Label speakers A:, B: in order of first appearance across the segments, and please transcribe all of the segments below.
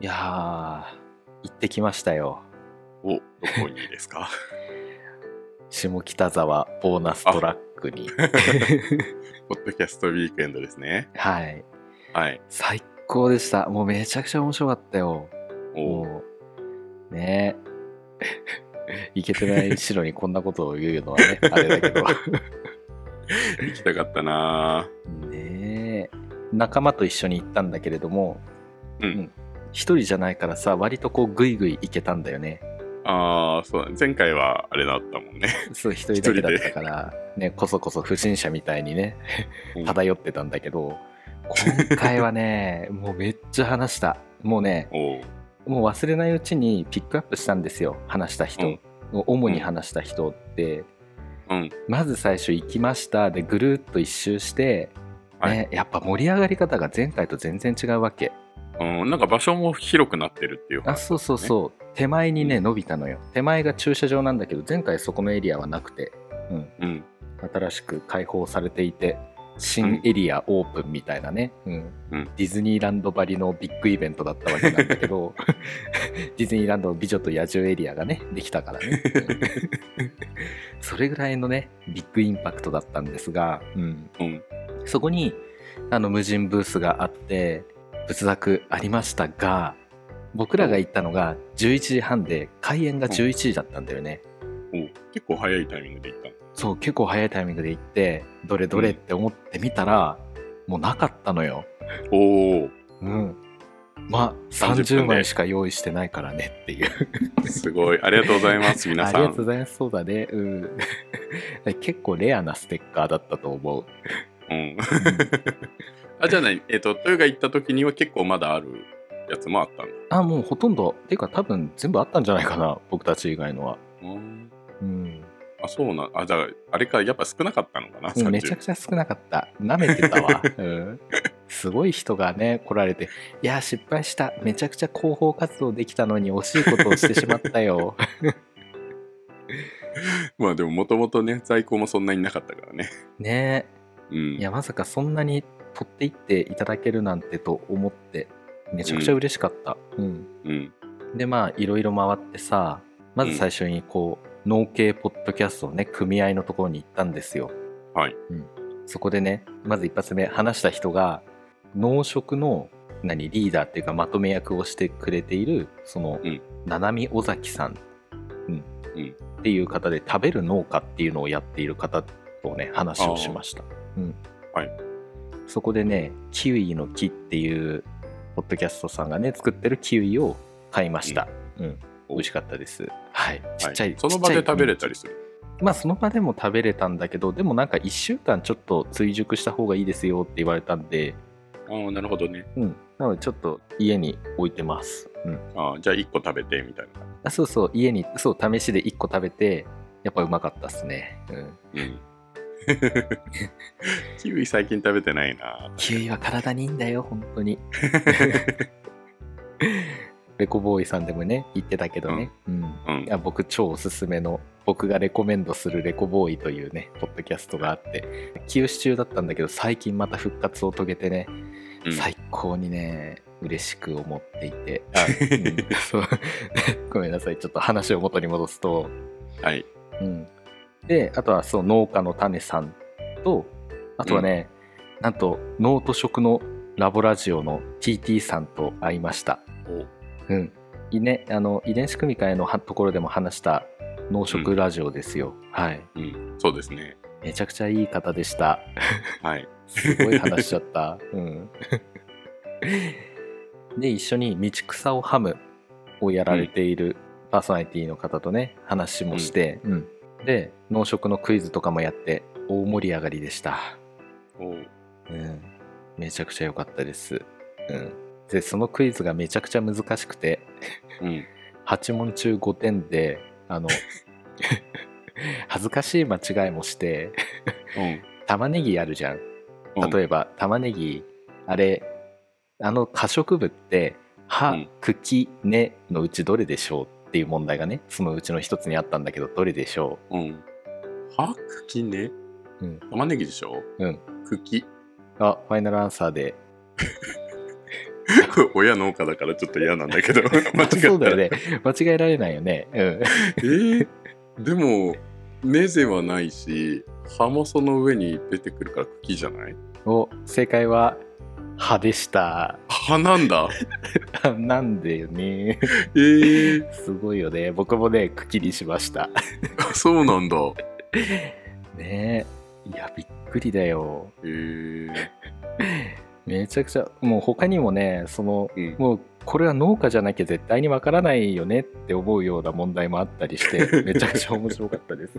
A: いやー、行ってきましたよ。
B: お、どこにで すか
A: 下北沢ボーナストラックに。
B: ポッドキャストウィークエンドですね。
A: はい。
B: はい。
A: 最高でした。もうめちゃくちゃ面白かったよ。
B: お
A: もう、ね え。いけてない白にこんなことを言うのは ね、あれだけど。
B: 行きたかったな
A: ねえ。仲間と一緒に行ったんだけれども、
B: うん
A: 一人じゃないからさ、割とこう、ぐいぐい行けたんだよね。
B: ーあー、そうだね。前回はあれだったもんね。
A: そう、一人だけだったから、ね、こそこそ不審者みたいにね、
B: うん
A: 漂ってたんだけど、今回は ね、もうめっちゃ話した。もうね、
B: おう
A: もう忘れないうちにピックアップしたんですよ、話した人。
B: うん
A: 主に話した人って、
B: うん。
A: まず最初行きました、で、ぐるっと一周して、
B: はい
A: ね、やっぱ盛り上がり方が前回と全然違うわけ。
B: うん、なんか場所も広くなってるっていう
A: あ
B: 話。
A: そうそうそう手前にね
B: うん
A: 伸びたのよ手前が駐車場なんだけど前回そこのエリアはなくて、うん、
B: うん。
A: 新しく開放されていて新エリアオープンみたいなね、うん
B: うん
A: ディズニーランドばりのビッグイベントだったわけなんだけど ディズニーランドの「美女と野獣」エリアがねできたからね、うん それぐらいのねビッグインパクトだったんですが、うん、
B: うん。
A: そこにあの無人ブースがあって仏作ありましたが僕らが行ったのが11時半で開演が11時だったんだよね、
B: おう結構早いタイミングで行ったの。
A: そう結構早いタイミングで行ってどれどれって思ってみたら、もうなかったのよ
B: お
A: うんまあ
B: 30
A: 30
B: 分で
A: 枚しか用意してないからねって いう
B: お、すごい。ありがとうござい ます、皆
A: あ
B: さ
A: りがとうご
B: ん。
A: ざいますそうだねうん 結構レアなステッカーだったと思う
B: うん。 あ、じゃあね、えっ、と、豊が行った時には結構まだあるやつもあったんだ。
A: あもうほとんどっていうか多分全部あったんじゃないかな僕たち以外のは
B: うん。
A: うん
B: あ、そうなん。あ、じゃあ、あれか、やっぱ少なかったのかな、
A: うん
B: 30
A: めちゃくちゃ少なかった。舐めてた わ。うん、すごい人がね、来られて、いや、失敗した。めちゃくちゃ広報活動できたのに惜しいことをしてしまったよ。
B: まあでももともとね在庫もそんなになかったからね。
A: ね
B: う
A: え。
B: ん
A: い、や、まさかそんなに取っていっていただけるなんてと思って、めちゃくちゃ嬉しかった。うん。
B: うん、
A: で、まあ、いろいろ回ってさ、まず最初にこう、農系ポッドキャストのね、組合のところに行ったんですよ。
B: はい。
A: うん、そこでね、まず一発目、話した人が、農食の、何、リーダーっていうか、まとめ役をしてくれている、その、
B: うん
A: 七海尾崎さん、うん
B: うん
A: っていう方で、食べる農家っていうのをやっている方とね、話をしました。うん。
B: はい。
A: そこでね、キウイの木っていう、ポッドキャストさんがね、作ってるキウイを買いました。うん。美味しかったです。はい。ちっちゃい。
B: はいその場で食べれた
A: り
B: りする。
A: まあその場でも食べれたんだけどでもなんか1週間ちょっと追熟した方がいいですよって言われたんで、
B: ああなるほどね。
A: うん、なのでちょっと家に置いてます、うん、
B: あーじゃあ1個食べてみたいな感
A: あそうそう家にそう試しで1個食べてやっぱうまかったっすね、うん、
B: じ。うん、キウイ最近食べてないな。
A: キウイは体にいいんだよ本当 にレコボーイさんでもね言ってたけどね、うん
B: うん、
A: あ僕超おすすめの僕がレコメンドするレコボーイというねポッドキャストがあって休止中だったんだけど最近また復活を遂げてね、
B: うん
A: 最高にね嬉しく思っていてあ、うんそう ごめんなさいちょっと話を元に戻すと、
B: はい。
A: うん、であとはそう農家の種さんとあとはね、なんと脳と食のラボラジオの TT さんと会いました
B: お
A: うん、いね、あの遺伝子組み換えのはところでも話した農食ラジオですよ、はい
B: うん、そうですね。
A: めちゃくちゃいい方でした
B: はい。
A: すごい話しちゃった うんで一緒に「道草をハム」をやられているパーソナリティの方とね話もして、うんで農食のクイズとかもやって大盛り上がりでした
B: お
A: うん、めちゃくちゃ良かったです、うん、でそのクイズがめちゃくちゃ難しくて
B: うん、
A: 8問中5点であ の恥ずかしい間違いもして玉ねぎあるじゃん
B: うん、
A: 例
B: え
A: えば玉ねぎあれあの可食部って葉、
B: うん
A: 茎根のうちどれでしょうっていう問題がねそのうちの一つにあったんだけどどれでしょ
B: ば、うん、は茎ね。
A: うん
B: 玉ねぎでしょ
A: うん。
B: 茎。
A: うあファイナルアンサーで
B: これ親農家だからちょっと嫌なんだけど、 間違ったら。
A: そうだよね。間違えられないよね。うん。
B: えーでも、ネゼはないし、葉もその上に出てくるから茎じゃない
A: お、正解は、歯でした。
B: 葉なんだ。
A: なんでよね。
B: えー、
A: すごいよね。僕もね、茎にしました。
B: そうなんだ。
A: ねえ。いや、びっくりだよ。
B: えー、
A: めちゃくちゃ、もう他にもね、その、
B: うん
A: もうこれは農家じゃなきゃ絶対にわからないよねって思うような問題もあったりして、 めちゃくちゃ面白かったです。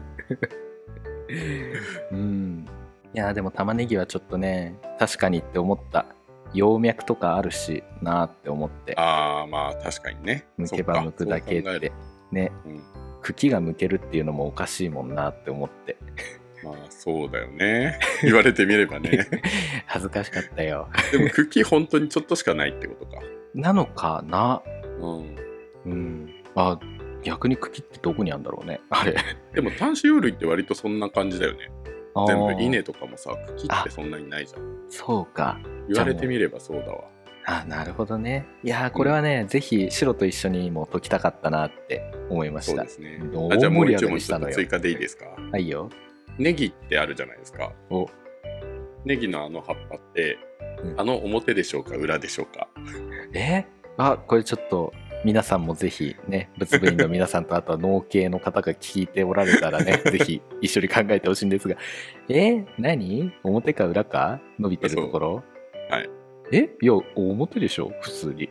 A: うん。いや、でも玉ねぎはちょっとね、確かにって思った。葉脈とかあるしなーって思って、
B: ああ、まあ確かにね。
A: 剥けば剥くだけっ
B: そっかそう考え
A: て
B: る。
A: ね、
B: うん
A: 茎が剥けるっていうのもおかしいもんなって思って、
B: まあそうだよね。 言われてみれば ね。
A: 恥ずかしかったよ。
B: でも茎本当にちょっとしかないってことか。
A: なのかなう
B: うん。
A: ん。あ、逆に茎ってどこにあるんだろうね。あれ。
B: でも単種葉類って割とそんな感じだよね。全
A: あ
B: 部
A: ー
B: 稲とかもさ、茎ってそんなにないじゃん。
A: そうか。
B: 言われてみればそうだわ。
A: あなるほどね。いやーこれはね、ぜひ白と一緒にも解きたかったなって思いま
B: そ
A: し
B: う
A: た。
B: ですね。
A: どう
B: あじゃあもう
A: 盛り
B: 一
A: 上が
B: 問
A: りし
B: ちょ
A: た
B: っ
A: の
B: と
A: よ
B: 追加でいいですか。
A: はいよ。
B: ネギってあるじゃないですか。
A: お
B: ネギのあの葉っぱって、
A: うん
B: あの表でしょうか裏でしょうか。
A: えあこれちょっと皆さんもぜひね仏部員の皆さんとあとは農系の方が聞いておられたら ねぜひ一緒に考えてほしいんですがえ何表か裏か伸びてるところ
B: そうはい
A: えいや表でしょ普通に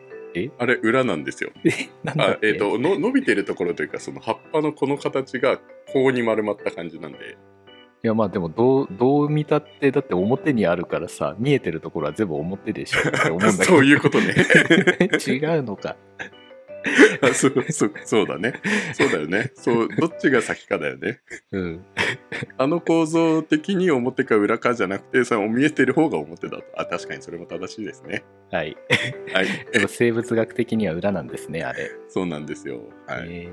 B: あれ裏なんですよ。
A: えなんだ
B: あ
A: っけ
B: えっ、との伸びてるところというかその葉っぱのこの形がこうに丸まった感じなんで。
A: いやまあでもどうどう見たってだって表にあるからさ見えてるところは全部表でしょって思うんだけど
B: そういうことね。
A: 違うのか
B: あそうそうそうだね。そうだよね。そうどっちが先かだよね。
A: うん
B: あの構造的に表か裏かじゃなくてその見えてる方が表だと。あ確かにそれも正しいですね。
A: はい
B: はい。
A: でも生物学的には裏なんですねあれ、
B: そうなんですよ。はい。
A: へえ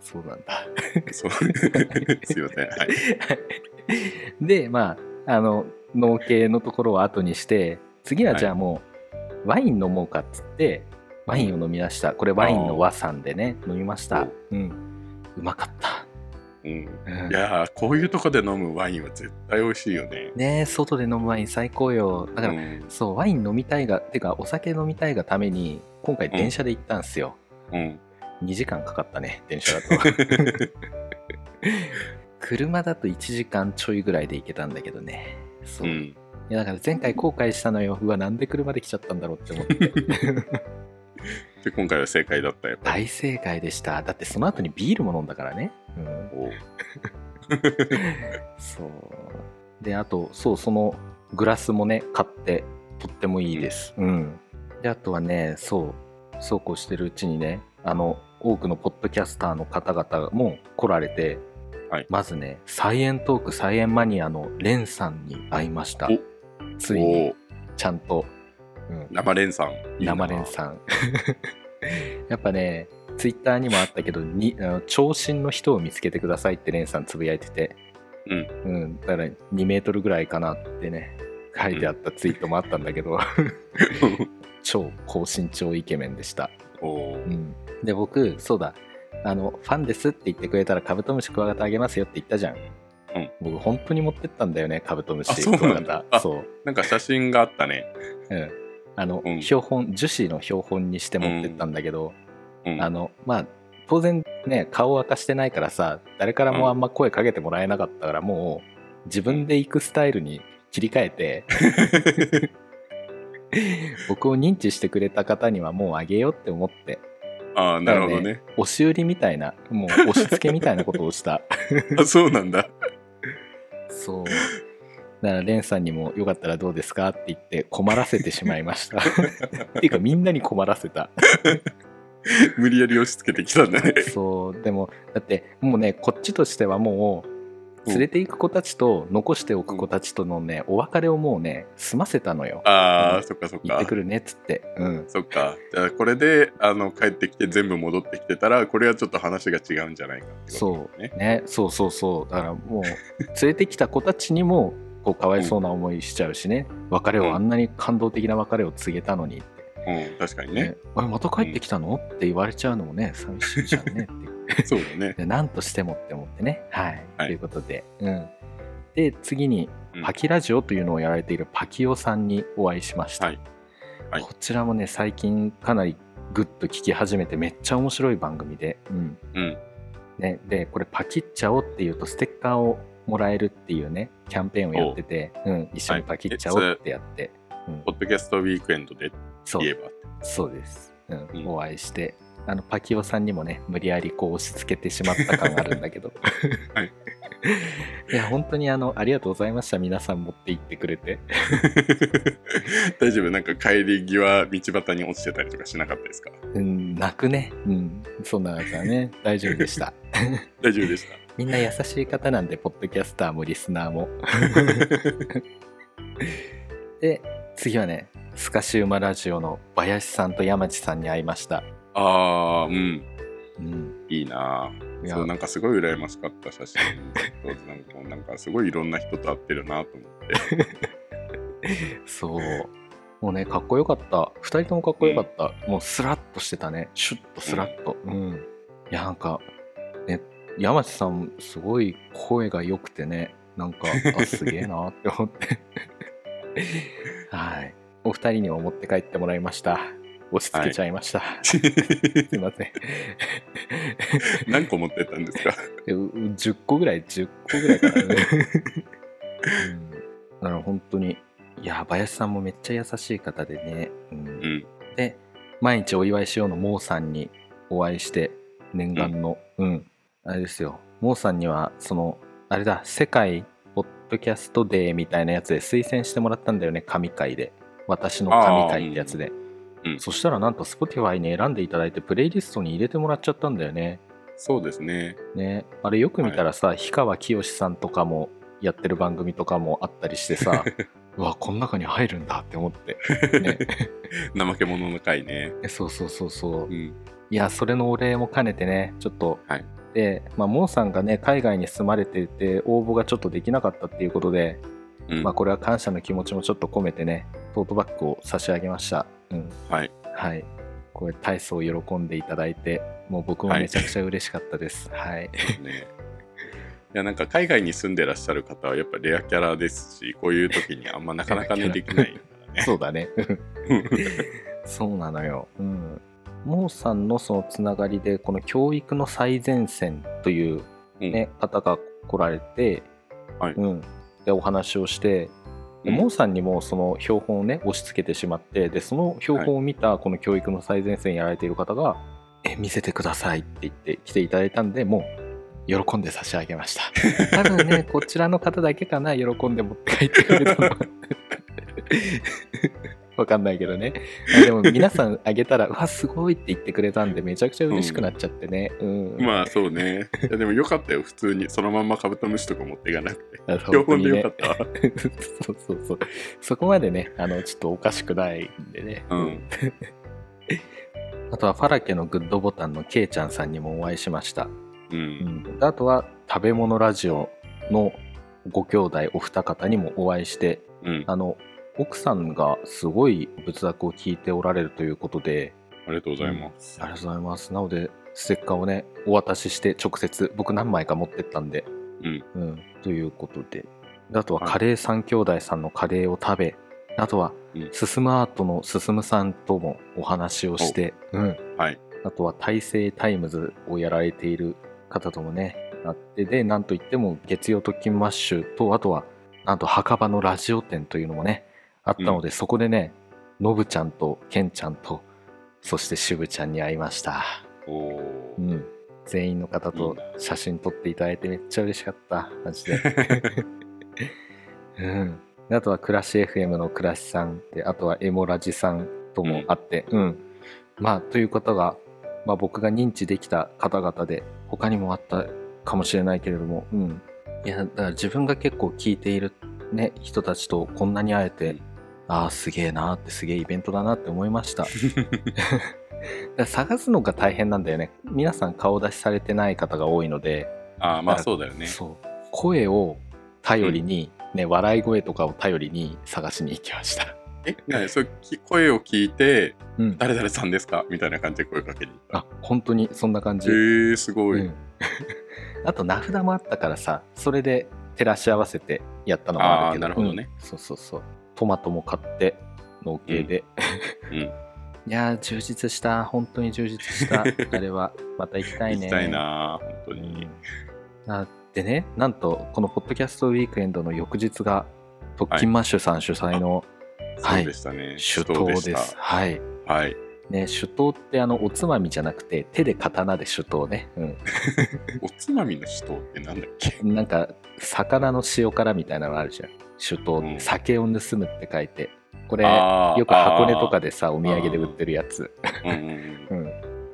A: そうなんだ
B: そう すいません。はい。
A: でまああの農系のところを後にして次はじゃあもう、ワイン飲もうかっつってワインを飲みましたこれワインの和さんでね飲みましたうんうまかった、
B: うん
A: うん
B: いやーこういうとこで飲むワインは絶対美味しいよね。
A: ねえ外で飲むワイン最高よだから、
B: うん
A: そうワイン飲みたいがてかお酒飲みたいがために今回電車で行ったんすよ、
B: うん、
A: 2時間かかったね電車だと 車だと1時間ちょいぐらいで行けたんだけどねそうう、い
B: ん
A: やだから前回後悔したのようわなんで車で来ちゃったんだろうって思って
B: で今回は正解だったよ。
A: 大正解でしただってその後にビールも飲んだからね、うん、
B: おう
A: そうであとそうそのグラスもね買ってとってもいいですうんであとはねそうそうこうしてるうちにねあの多くのポッドキャスターの方々も来られて、
B: はい
A: まずね「サイエントークサイエンマニア」のレンさんに会いました
B: お
A: ついに
B: おう
A: ちゃんと、うん、
B: 生連さん。いいな
A: 生レンさん やっぱねツイッターにもあったけどにあの長身の人を見つけてくださいってレンさんつぶやいてて
B: うん、
A: うん、だから2メートルぐらいかなってね書いてあったツイートもあったんだけど、 超高身長イケメンでした、
B: おう
A: うん、で僕そうだあのファンですって言ってくれたらカブトムシクワガタあげますよって言ったじゃん、
B: うん
A: 僕本当に持ってったんだよねカブトム
B: あ
A: シ
B: そ
A: ク
B: うなんだ
A: ワガタ
B: あ
A: そう
B: なんか写真があったね。
A: うんあの、
B: うん
A: 標本樹脂の標本にして持ってったんだけど、
B: うん、
A: あのまあ当然ね顔を明かしてないからさ誰からもあんま声かけてもらえなかったから、もう自分で行くスタイルに切り替え て僕を認知してくれた方にはもうあげようって思って
B: あーなるほどね。
A: 押し売りみたいなもう押し付けみたいなことをした
B: あそうなんだ。
A: そうだからレンさんにも「よかったらどうですか?」って言って困らせてしまいました っていうかみんなに困らせた
B: 無理やり押し付けてきたんだね。
A: そうでもだってもうねこっちとしてはもう
B: うん
A: 連れていく子たちと残しておく子たちとのねお別れをもうね済ませたのよ
B: ああ、
A: うん
B: そっかそっ
A: 行って
B: か
A: く。るねっつってうん
B: そっか。じゃあこれであの帰ってきて全部戻ってきてたらこれはちょっと話が違うんじゃないかってこと
A: そ
B: ね
A: うねそうそうそうだからもう連れてきた子たちにもこうかわいそうな思いしちゃうしね、別れ
B: うん
A: をあんなに感動的な別れを告げたのにって、
B: うん、確かにね。
A: おいまた帰ってきたの、って言われちゃうのもね寂しいじゃんねっていう
B: そうだね。
A: でなんとしてもって思ってねはい、
B: はい
A: ということで、うん、で次に
B: うん
A: パキラジオというのをやられているパキオさんにお会いしました、
B: はいはい
A: こちらもね最近かなりグッと聞き始めてめっちゃ面白い番組で、うん
B: うん。
A: ね、でこれパキっちゃおうっていうとステッカーをもらえるっていうねキャンペーンをやってて、うん、一緒にパキっちゃおうってやって、うん
B: ポッドキャストウィークエンドで
A: そう
B: 言えば。
A: そうです、うん
B: うん
A: お会いしてあのパキオさんにもね無理やりこう押し付けてしまった感があるんだけど、
B: はい、
A: いや本当にあのありがとうございました皆さん持って行ってくれて
B: 大丈夫なんか帰り際、道端に落ちてたりとかしなかったですか
A: うん泣くねうんそんな中 ね大丈夫でした
B: 大丈夫 でした。
A: みんな優しい方なんでポッドキャスターもリスナー もで次はねスカシウマラジオの林さんと山地さんに会いました
B: ああ、うん。
A: うん
B: いいなぁ
A: いや
B: そうなんかすごい羨ましかった写真 なんかこうなんかすごいいろんな人と会ってるなと思って
A: そうもうねかっこよかった2人ともかっこよかった、もうスラッとしてたねシュッとスラッとうん、いやなんかね山地さんすごい声が良くてねなんかあすげえなって思って はいお二人にも持って帰ってもらいました押し付けちゃいました、すいません
B: 何個持ってったんですか
A: でうう10個ぐらい10個ぐらいかな、ねうん、だから本当にいや林さんもめっちゃ優しい方でね、うん
B: うん
A: で毎日お祝いしようのモーさんにお会いして念願のうん、あれですよモーさんにはそのあれだ世界ポッドキャストデーみたいなやつで推薦してもらったんだよね神回で私の神回ってやつで、
B: うんうん
A: そしたらなんと Spotify に選んでいただいてプレイリストに入れてもらっちゃったんだよね
B: そうですね
A: ねあれよく見たらさ、氷川きよしさんとかもやってる番組とかもあったりして さうわこの中に入るんだって思って、ね
B: 怠け者の回ね
A: えそうそうそうそう、
B: うん
A: いやそれのお礼も兼ねてねちょっと、
B: はい
A: で、まあ、モーさんがね海外に住まれてて応募がちょっとできなかったっていうことで、
B: うん
A: まあ、これは感謝の気持ちもちょっと込めてねトートバッグを差し上げました、うん、
B: はい
A: はいこれ大層喜んでいただいてもう僕も
B: はい
A: めちゃくちゃ嬉しかったですはい、
B: ね いやなんか海外に住んでらっしゃる方はやっぱレアキャラですしこういう時にあんまなかなかね
A: レ
B: できないからね
A: そうだねそうなのよ、うん、モーさんのそのつながりでこの教育の最前線という、ね方が来られて、
B: はい
A: うん、でお話をして、で
B: うん
A: モーさんにもその標本をね押し付けてしまってでその標本を見たこの教育の最前線やられている方が「え見せてください」って言って来ていただいたんでもう喜んで差し上げました 多分ねこちらの方だけかな喜んで持って帰ってくれたのはわかんないけどねあでも皆さんあげたら「うわすごい」って言ってくれたんでめちゃくちゃ嬉しくなっちゃってね、うん
B: まあそうねいやでもよかったよ普通にそのまんまカブトムシとか持っていかなくて
A: あの
B: 標本でよ
A: 本当にね
B: かったわ
A: そうそうそう。そこまでね、あの、ちょっとおかしくないんでね。
B: うん
A: あとは、ファラケのグッドボタンのケイちゃんさんにもお会いしました。
B: う
A: うんん。であとは、食べ物ラジオのご兄弟お二方にもお会いして、
B: うんあ
A: あの、奥さんがすごい仏作を聞いておられるということで、
B: りがとうございます
A: ありがとうございます。なので、ステッカーをね、お渡しして直接、僕何枚か持ってったんで、
B: うん
A: うん、ということであとは
B: はい
A: カレー三兄弟さんのカレーを食べあとは
B: うん
A: 進むアートの進むさんともお話をして、うん、
B: はい
A: あとは大成タイムズをやられている方ともねあってでなんといっても月曜特勤マッシュとあとはなんと墓場のラジオ展というのもねあったので、そこでねのぶちゃんとけんちゃんとそしてしぶちゃんに会いました、
B: おー
A: うん、全員の方
B: いい
A: と
B: な
A: 写真撮っていただいてめっちゃ嬉しかったマジでうんであとは「暮らし FM」の暮らしさんであとはエモラジさんともあってうん、まあということが、まあ、僕が認知できた方々で他にもあったかもしれないけれどもうんいやだから自分が結構聞いている、ね、人たちとこんなに会えて、
B: うん
A: ああすげえなーってすげえイベントだなって思いま しただから探すのが大変なんだよね皆さん顔出しされてない方が多いので、
B: ああまあそうだよね
A: そう声を頼りにね、笑い声とかを頼りに探しに行きました。
B: え、なに、そう、き声を聞いて、
A: うん。
B: 誰々さんですかみたいな感じで声かけに行った。
A: あ、本当にそんな感じ。
B: へえすごい。
A: うん あと名札もあったからさそれで照らし合わせてやったのもあるけど
B: あーなるほどね
A: うんそうそうそうトマトも買って農系で、
B: うんうん
A: いやー充実した本当に充実した あれはまた行きたい
B: 行
A: ね
B: きたいな本当
A: う
B: に
A: ん。あでねなんとこのポッドキャストウィークエンドの翌日が特勤マッシュさん主催の
B: そうでしたね。
A: 首都
B: 手
A: で
B: 刀
A: す、
B: した。
A: はい
B: はい。
A: ね首刀ってあのおつまみじゃなくて手で刀で首刀ね、うん、
B: おつまみの首刀ってなんだっけ
A: なんか魚の塩辛みたいなのあるじゃん酒盗、
B: うん
A: 酒を盗むって書いてこれ
B: あー
A: よく箱根とかでさお土産で売ってるやつ
B: あーうんうん
A: うん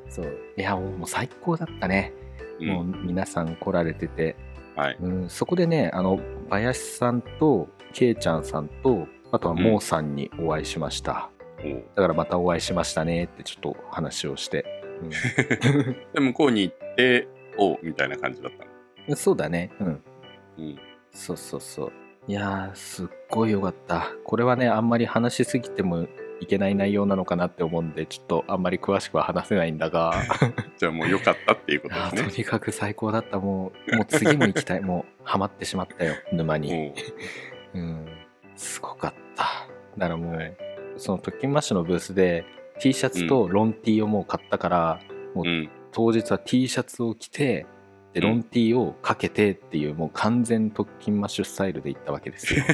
A: そういやもうもう最高だったね、
B: うん
A: もう皆さん来られてて、
B: はい
A: うん、そこでねあの林さんとけいちゃんさんとあとはもうさんにお会いしました、
B: うん
A: だからまたお会いしましたねってちょっと話をして、
B: で向こうに行っておうみたいな感じだったの
A: うん、そうだねうん
B: うん
A: そうそうそう。いやー、すっごい良かった。これはね、あんまり話しすぎてもいけない内容なのかなって思うんで、ちょっとあんまり詳しくは話せないんだ が、
B: じゃあもう良かったっていうこと
A: あー
B: で
A: とにかく最高だった。もう、もう次も行きたい。もう、ハマってしまったよ、沼
B: す
A: に。
B: ね
A: うん、すごかった。だからもう、
B: はい
A: その特訓マッシュのブースで、T シャツとロン T をもう買ったから、
B: うんうん
A: 当日は T シャツを着て、で、
B: うん
A: ロン T をかけてっていう、もう完全特訓マッシュスタイルで行ったわけ ですよ。い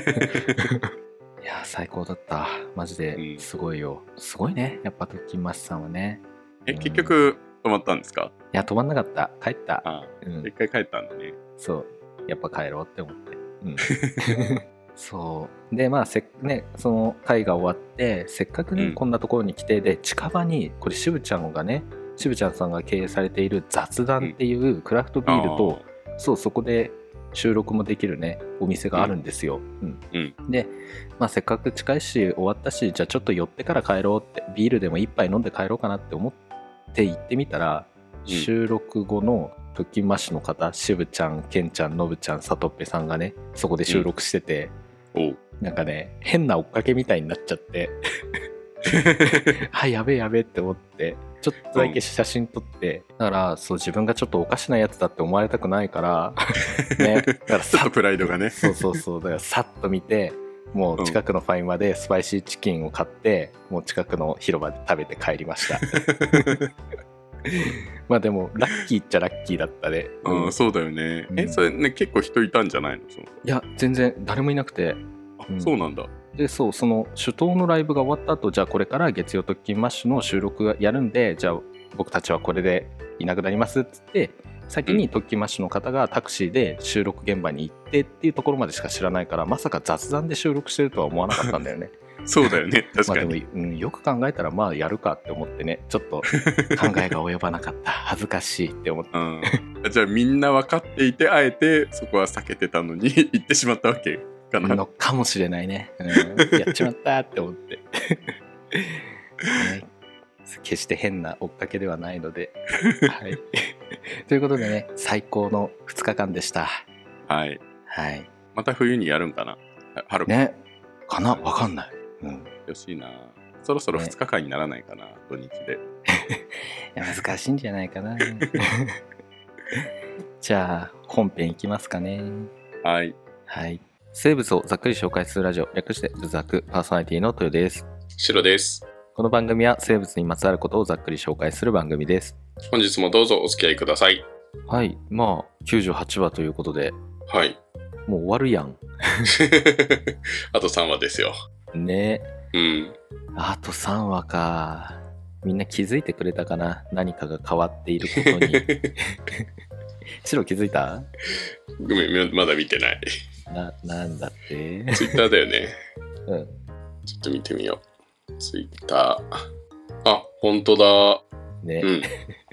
A: やー最高だったマジ
B: う
A: で
B: ん
A: すごいよ、すごいねやっぱ特勤マッシュさんはね
B: え結局泊まったんですか
A: いや止まんなかった帰った、
B: あ
A: う
B: あ
A: ん
B: 一、回帰ったんだね
A: そうやっぱ帰ろうって思って、 うん、そうでまあせっねその会が終わってせっかく
B: う
A: ね
B: ん
A: こんなところに来て、で近場にこれ渋ちゃんがね渋ちゃんさんが経営されている雑談っていうクラフトビールと、そうそこで収録もできるねお店があるんですよ、うんで、まあ、せっかく近いし終わったしじゃあちょっと寄ってから帰ろうってビールでも一杯飲んで帰ろうかなって思って行ってみたら、
B: ん
A: 収録後の特訓マッシュの方渋ちゃんケンちゃんノブちゃんさとっぺさんがねそこで収録してて、
B: あーおう
A: なんかね変な追っかけみたいになっちゃって あやべえやべえって思ってちょっとだけ写真撮って、だからそう自分がちょっとおかしなやつだって思われたくないから ねだから
B: ちょっ
A: さ
B: とプライド がね
A: そうそうそうだからさっと見てもう近くのファインマでスパイシーチキンを買ってもう近くの広場で食べて帰りましたまあでもラッキーっちゃラッキーだったね、
B: う
A: うん
B: んそうだよね
A: う
B: え
A: ん
B: それね結構人いたんじゃないのその
A: いや全然誰もいなくてう
B: あ
A: ん
B: そうなんだ
A: でそうその首都のライブが終わった後じゃあこれから月曜特勤マッシュの収録がやるんでじゃあ僕たちはこれでいなくなりますっつって先に特勤マッシュの方がタクシーで収録現場に行ってっていうところまでしか知らないからまさか雑談で収録してるとは思わなかったんだよね
B: そうだ よね確
A: まあ
B: か
A: でも、
B: に
A: うん、よく考えたらまあやるかって思ってねちょ っと考えが及ばなかった恥ずかしいって思って
B: うんあじゃあみんな分かっていてあえてそこは避けてたのに 行ってしまったわけか な
A: のかもしれないね、うん、やっちまったって思って、はい決して変な追っかけではないの で、はい、ということでね最高の2日間でした
B: はい
A: はい
B: また冬にやるんかなは春か
A: ねかなわかんない、うん、い
B: よしいなそろそろ
A: ね
B: 2日間にならないかな、土日で
A: や難しいんじゃない かなじゃあ本編いきますかね
B: はい
A: はい生物をざっくり紹介するラジオ略してブザクパーソナリティの豊です
B: 白です
A: この番組は生物にまつわることをざっくり紹介する番組です
B: 本日もどうぞお付き合いください
A: はい、まあ98話ということで、
B: はい
A: もう終わるやん。
B: あと3話ですよ
A: ね
B: うん
A: あと3話か。みんな気づいてくれたかな何かが変わっていることに。 白気づいた
B: ごめんまだ見てない
A: な、なんだって
B: ツイッターだよね
A: うん。
B: ちょっと見てみようツイッターあ本当だ
A: ね、
B: うん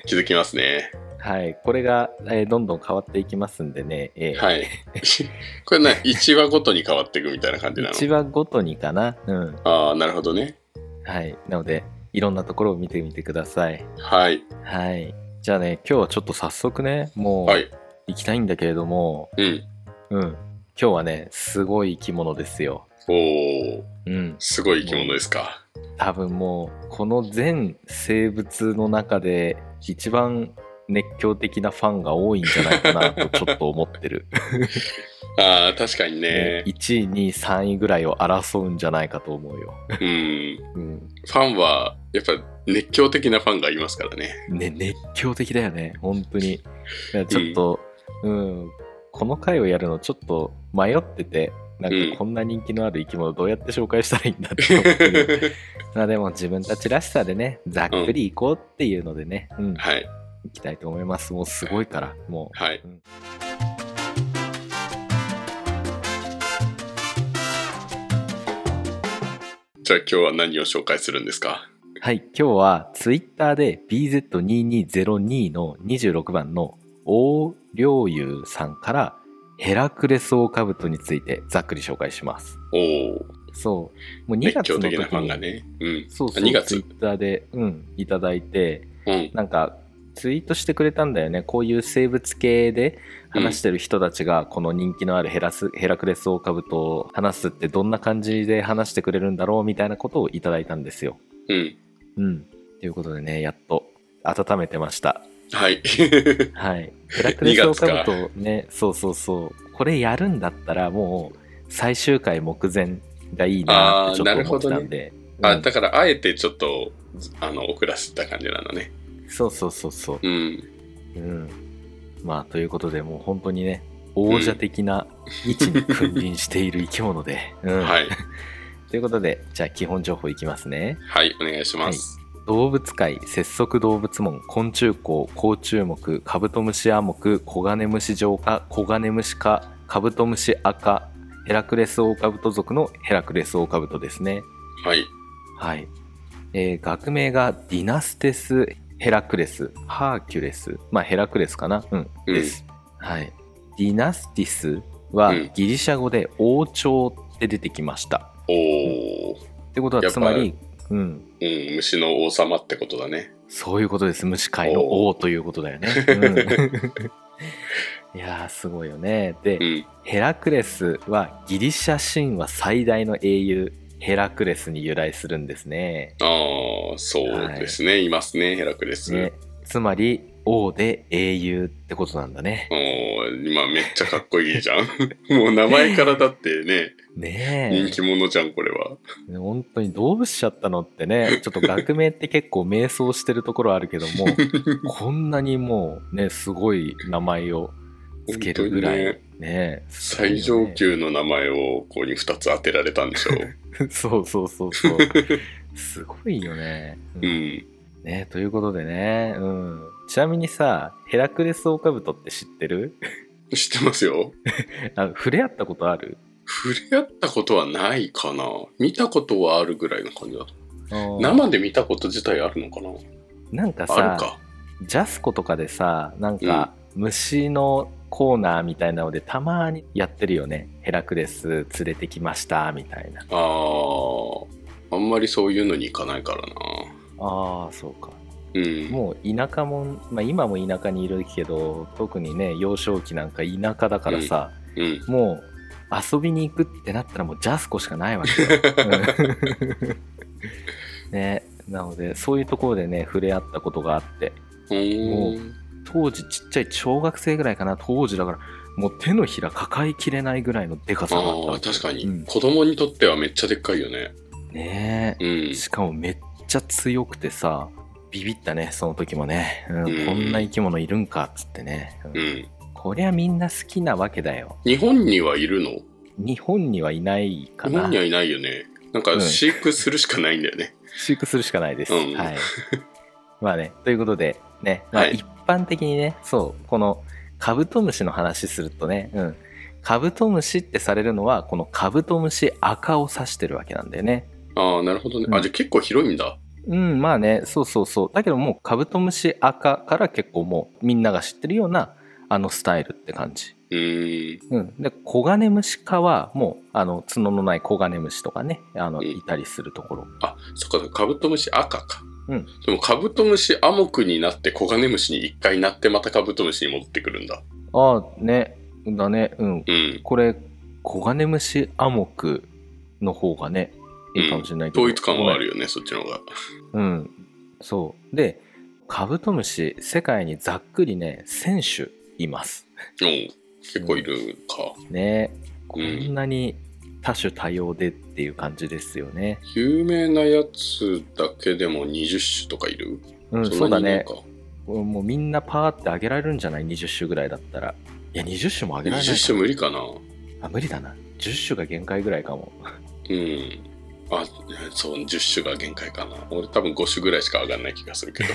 B: 気づきますね
A: はい。これが、えーどんどん変わっていきますんでね。えー
B: はい これね1話ごとに変わっていくみたいな感じな
A: 1
B: の
A: 話ごとにかなうん。
B: ああなるほどね
A: はい。なので、いろんなところを見てみてください。
B: はい
A: はい。じゃあね、今日はちょっと早速ね、もう
B: はい
A: 行きたいんだけれども、
B: うん
A: うん。今日はね、すごい生き物ですよ。
B: おお、
A: うん。
B: すごい生き物ですか。
A: 多分もう、この全生物の中で一番熱狂的なファンが多いんじゃないかなとちょっと思ってる。
B: ああ、確かにね。
A: 1位、2位、3位ぐらいを争うんじゃないかと思うよ。
B: うん。
A: うん。
B: ファンは、やっぱ熱狂的なファンがいますからね。
A: ね、熱狂的だよね、本当に。いやちょっと、うん、この回をやるのちょっと迷ってて、なん
B: うん
A: かこんな人気のある生き物どうやって紹介したらいいんだって思ってる まあでも自分たちらしさでね、ざっくりいこうっていうのでね、うん、行
B: はい、
A: きたいと思います。もうすごいから、も
B: はい。じゃあ今日は何を紹介するんですか
A: う。はい、今日は Twitter で BZ2202 の26番の王良友さんからヘラクレスオオカブトについてざっくり紹介します。
B: おお、
A: そう。もう2月
B: 熱狂
A: の時
B: 的
A: に
B: なファンがね。うん。
A: そうそう、
B: あ2
A: t
B: 月
A: w ツイッターで、うん、いただいて、
B: うん。
A: なんか、ツイートしてくれたんだよね。こういう生物系で話してる人たちが、この人気のあるヘラスヘラクレスオオカブトを話すってどんな感じで話してくれるんだろうみたいなことをいただいたんですよ。
B: うん。
A: うん。ということでね、やっと温めてました。
B: はい。
A: はい。ヘラクレスオオカブトね、そうそうそう。これやるんだったら、もう最終回目前がいいなってちょっと思ってたんで。
B: あ、
A: うん
B: だから、あえてちょっと、あの、遅らせた感じなんだね。
A: そうそうそうそう。
B: うん。
A: うん。まあ、ということで、もう本当にね、王者的な位置に君臨している生き物で。うん
B: はい。
A: ということで、じゃあ基本情報いきますね。
B: はい、お願いします。
A: 動物界、節足動物門、昆虫綱、甲虫目、カブトムシア目、コガネムシ浄化、コガネムシ科、カブトムシ赤、ヘラクレスオオカブト族のヘラクレスオオカブトですね。
B: はい。
A: はい。えー学名がディナステス・ヘラクレス、ハーキュレス、まあヘラクレスかな、うん、
B: うん
A: です。はい。ディナスティスは
B: うん
A: ギリシャ語で王朝って出てきました。
B: おお、
A: ってことは
B: やっぱ
A: つまり、うん、
B: うん、虫の王様ってことだね。
A: そういうことです。虫界の王ということだよね。うん いやーすごいよね。で、
B: うん。
A: ヘラクレスはギリシャ神話最大の英雄ヘラクレスに由来するんですね。
B: ああ、そうですね、い、ますね、ヘラクレス。
A: ね、つまり王で英雄ってことなんだね。
B: おー今めっちゃかっこいいじゃん。 もう名前からだってね、人
A: ね
B: 気者じゃん、これは。
A: え、本当に動物しちゃったのってね、ちょっと学名って結構迷走してるところあるけど も、こんなにもうね、すごい名前をつけるぐらい、
B: 本
A: ねえ
B: 当
A: すごいよね
B: 最上級の名前をここに2つ当てられたんでしょ う。
A: そうそうそうそう。 すごいよね。うん
B: うん。
A: ねということでね、うん。ちなみにさ、ヘラクレスオオカブトって知ってる
B: 知ってますよ。
A: あ触れ合ったことある
B: 触れ合ったことはないかな。見たことはあるぐらいの感じだと。
A: 生
B: 生で見たこと自体あるのかな
A: なんか
B: あ
A: さ
B: る、か。
A: ジャスコとかでさなんか虫のコーナーみたいなのでたまにやってるよねヘラクレス連れてきましたみたいな
B: ああ、あんまりそういうのに行かないからな。
A: ああそうか
B: うん。
A: もう田舎もん、まあ、今も田舎にいるけど特にね幼少期なんか田舎だからさ、
B: うん。
A: もう遊びに行くってなったらもうジャスコしかないわけ よ、うんねなのでそういうところでね触れ合ったことがあって
B: うーん
A: 当時ちっちゃい小学生ぐらいかな当時だからもう手のひら抱えきれないぐらいのでかさだった
B: ああ、確かに、
A: うん
B: 子供にとってはめっちゃでっかいよね。
A: ね
B: う
A: え
B: ん。
A: しかもめっちゃ強くてさビビったねその時もね、うん
B: うん
A: こんな生き物いるんかっつってね、うん
B: うん。
A: こりゃみんな好きなわけだよ
B: 日本にはいるの日
A: 日本にはいないかな
B: 本にはいないよね。なん
A: う
B: か
A: ん
B: 飼育するしかないんだよね。
A: 飼育するしかないです、
B: うん
A: はいまあねということでね、まあ、
B: はい
A: 一般的にねそうこのカブトムシの話するとね、うん、カブトムシってされるのはこのカブトムシ赤を指してるわけなんだよね
B: ああ、なるほどね。
A: うん
B: あ、じゃあ結構広いんだ。
A: うんまあねそうそうそうだけどもうカブトムシ赤から結構もうみんなが知ってるようなあのスタイルって感じ
B: うーん。
A: うん、でコガネムシ科はもうあの角のないコガネムシとかねあの
B: うん
A: いたりするところ
B: あ、そっかそっか、カブトムシ赤か。
A: うん。
B: でもカブトムシアモクになってコガネムシに一回なってまたカブトムシに戻ってくるんだ。
A: ああねだねうん
B: うん。
A: これコガネムシアモクの方がね、いいかもしれないけど。
B: 統一感はあるよね、そっちの方が。
A: うん。そう。で、カブトムシ、世界にざっくりね、1000種います。
B: うん結構いるか。
A: ねこ
B: うん
A: んなに多種多様でっていう感じですよね。
B: 有名なやつだけでも20種とかいる、
A: うん、
B: んなに
A: そうだ
B: い
A: ね
B: るか。
A: もうみんなパーってあげられるんじゃない ?20 種ぐらいだったら。いや、20種もあげられないか
B: 20種無理かな。
A: あ、無理だな。10種が限界ぐらいかも。
B: うん。あ、そう、10種が限界かな。俺多分5種ぐらいしか上がんない気がす るけど。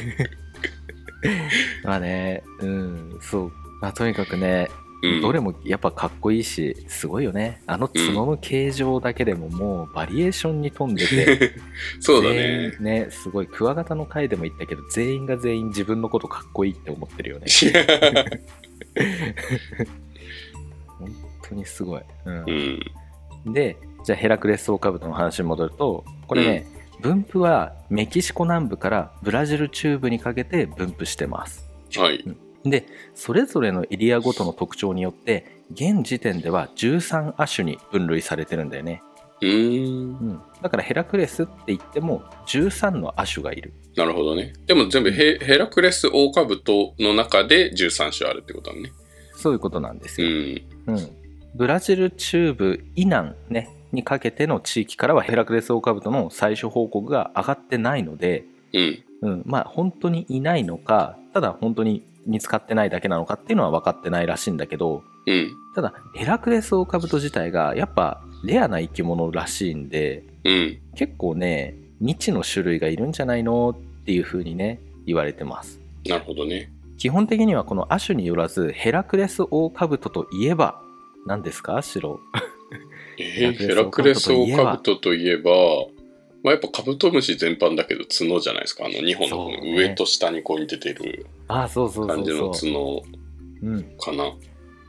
A: まあね、うん、そう。まあとにかくね、
B: うん、
A: どれもやっぱかっこいいし、すごいよね。あの角の形状だけでももうバリエーションに富んでて。
B: そうだ
A: 全
B: ね。
A: 員ね。すごい、クワガタの回でも言ったけど、全員が全員自分のことかっこいいって思ってるよね。本当にすごい。うん
B: うん。
A: で、じゃあヘラクレスオオカブトの話に戻ると、これね、分布はメキシコ南部からブラジル中部にかけて分布してます。
B: はい。
A: で、それぞれのエリアごとの特徴によって、現時点では13亜種に分類されてるんだよね。
B: うーん。
A: うん、だからヘラクレスって言っても13の亜種がいる。
B: なるほどね。でも全部ヘヘラクレスオオカブトの中で13種あるってことだね。
A: そういうことなんです
B: う
A: よ。
B: ん。
A: うん、ブラジル中部以南、ね、にかけての地域からはヘラクレスオオカブトの最終報告が上がってないので、
B: うん。
A: うん、まあ本当にいないのかただ本当に見つかってないだけなのかっていうのは分かってないらしいんだけど
B: うん。
A: ただヘラクレスオオカブト自体がやっぱレアな生き物らしいんで
B: うん。
A: 結構ね未知の種類がいるんじゃないのっていうふうにね言われてます。
B: なるほどね。
A: 基本的にはこの亜種によらずヘラクレスオオカブトといえば何ですか白
B: えー、ヘラクレスオオカブトといえば、まあ、やっぱカブトムシ全般だけど角じゃないですか。あの2本のこの
A: そうね
B: 上と下にこうに出てる
A: ああそうそうそ
B: 感
A: う
B: じの
A: そう、
B: 角
A: うん
B: かな。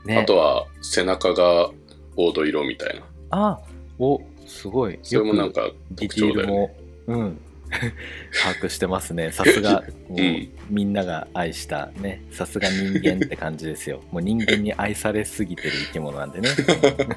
A: ね、
B: あとは背中が黄土色みたいな。
A: あおすごい
B: それもなんか
A: ディ
B: 特
A: ティ
B: 徴
A: ール
B: だよね。
A: も、うん、 把握してますね。さす が、もう、
B: うん
A: みんなが愛したね、さすが人間って感じです よ。もう人間に愛されすぎてる生き物なんでね。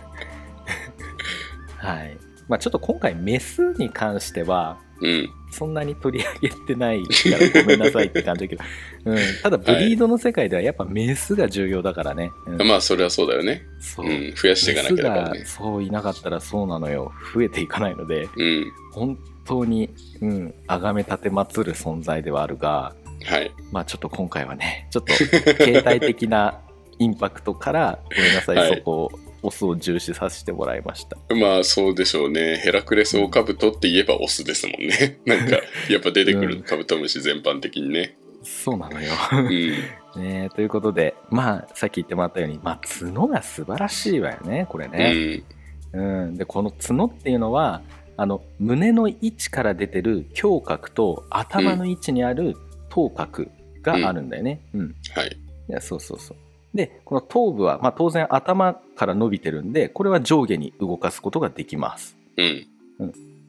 A: はい。まあちょっと今回メスに関しては、
B: うん。
A: そんなに取り上げてないからごめんなさいって感 じだけど、うん、ただブリードの世界ではやっぱメスが重要だからね。うん、
B: まあそれはそうだよね。
A: そうう。メ
B: ん。増やしていかなき
A: ス
B: ゃだから
A: が
B: ね。
A: そういなかったらそうなのよ。増えていかないので。
B: うん。
A: 本当に、うん、崇め立てまつる存在ではあるが、
B: はい。
A: まあちょっと今回はね、ちょっと携帯的なインパクトから、ごめんなさい、
B: はい
A: そこを、オスを重視させてもらいました。
B: まあそうでしょうね。ヘラクレスオオカブトって言えばオスですも んね。なんかやっぱ出てく
A: うん
B: るカブトムシ全般的にね。
A: そうなのよ。
B: うん。
A: ねということで、まあさっき言ってもらったように、まあ角が素晴らしいわよね、これ
B: う
A: ね。
B: ん。
A: うん、で、この角っていうのは、あの胸の位置から出てる胸郭と頭の位置にある頭郭があるんだよね。うん
B: はい。
A: いや、そうそうそう。で、この頭部は、まあ、当然頭から伸びてるんで、これは上下に動かすことができます。
B: うん。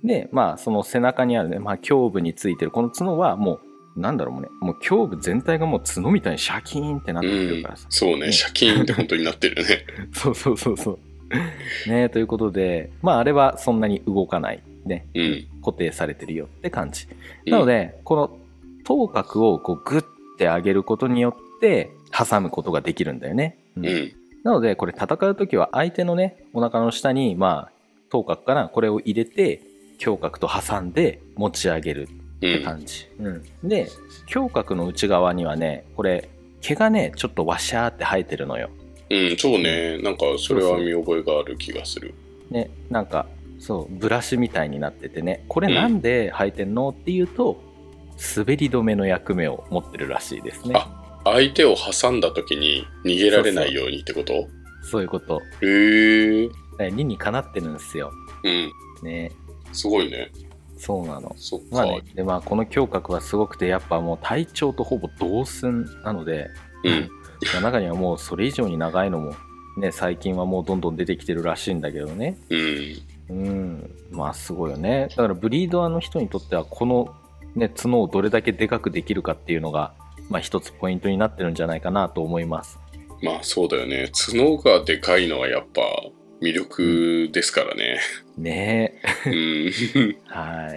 A: で、まあ、その背中にあるね、まあ、胸部についてるこの角は、もう、なんだろうね、もう胸部全体がもう角みたいにシャキーンってなっ
B: う
A: てる
B: ん
A: からさ。。
B: そうね。
A: ね
B: シャキーンって本当になってるね。
A: そうそうそうそう。ねということで、まあ、あれはそんなに動かない。ね、
B: うん。
A: 固定されてるよって感じ。なので、この頭角をこうグッて上げることによって、挟むことができるんだよね。う
B: うんん。うん。
A: なので、これ戦うときは相手のね、お腹の下に、まあ、頭角かな、これを入れて、胸郭と挟んで持ち上げる
B: う
A: って
B: ん。
A: 感じ。うんで、胸郭の内側にはね、これ、毛がね、ちょっとワシャーって生えてるのよ。
B: うん、そうね。なんか、それは見覚えがある気がする。
A: ね、なんか、そう、ブラシみたいになっててね、これなんで生えてんのっていうと、滑り止めの役目を持ってるらしいですね。
B: あ相手を挟んだ時に逃げられないようにってこと
A: そういうこと。
B: へえ。
A: だから理にかなってるんですよ。
B: うん。
A: ね、
B: すごいね。
A: そうなの。
B: そっか。
A: まあね、でまあこの胸郭はすごくてやっぱもう体長とほぼ同寸なので、
B: うん。
A: まあ中にはもうそれ以上に長いのも、ね、最近はもうどんどん出てきてるらしいんだけどね
B: うん。
A: うんまあすごいよねだからブリードアの人にとってはこの、ね、角をどれだけでかくできるかっていうのが、まあ、一つポイントになってるんじゃないかなと思います
B: まあ、そうだよね。角がでかいのはやっぱ、魅力ですか らね。
A: ねえ。
B: うん。
A: は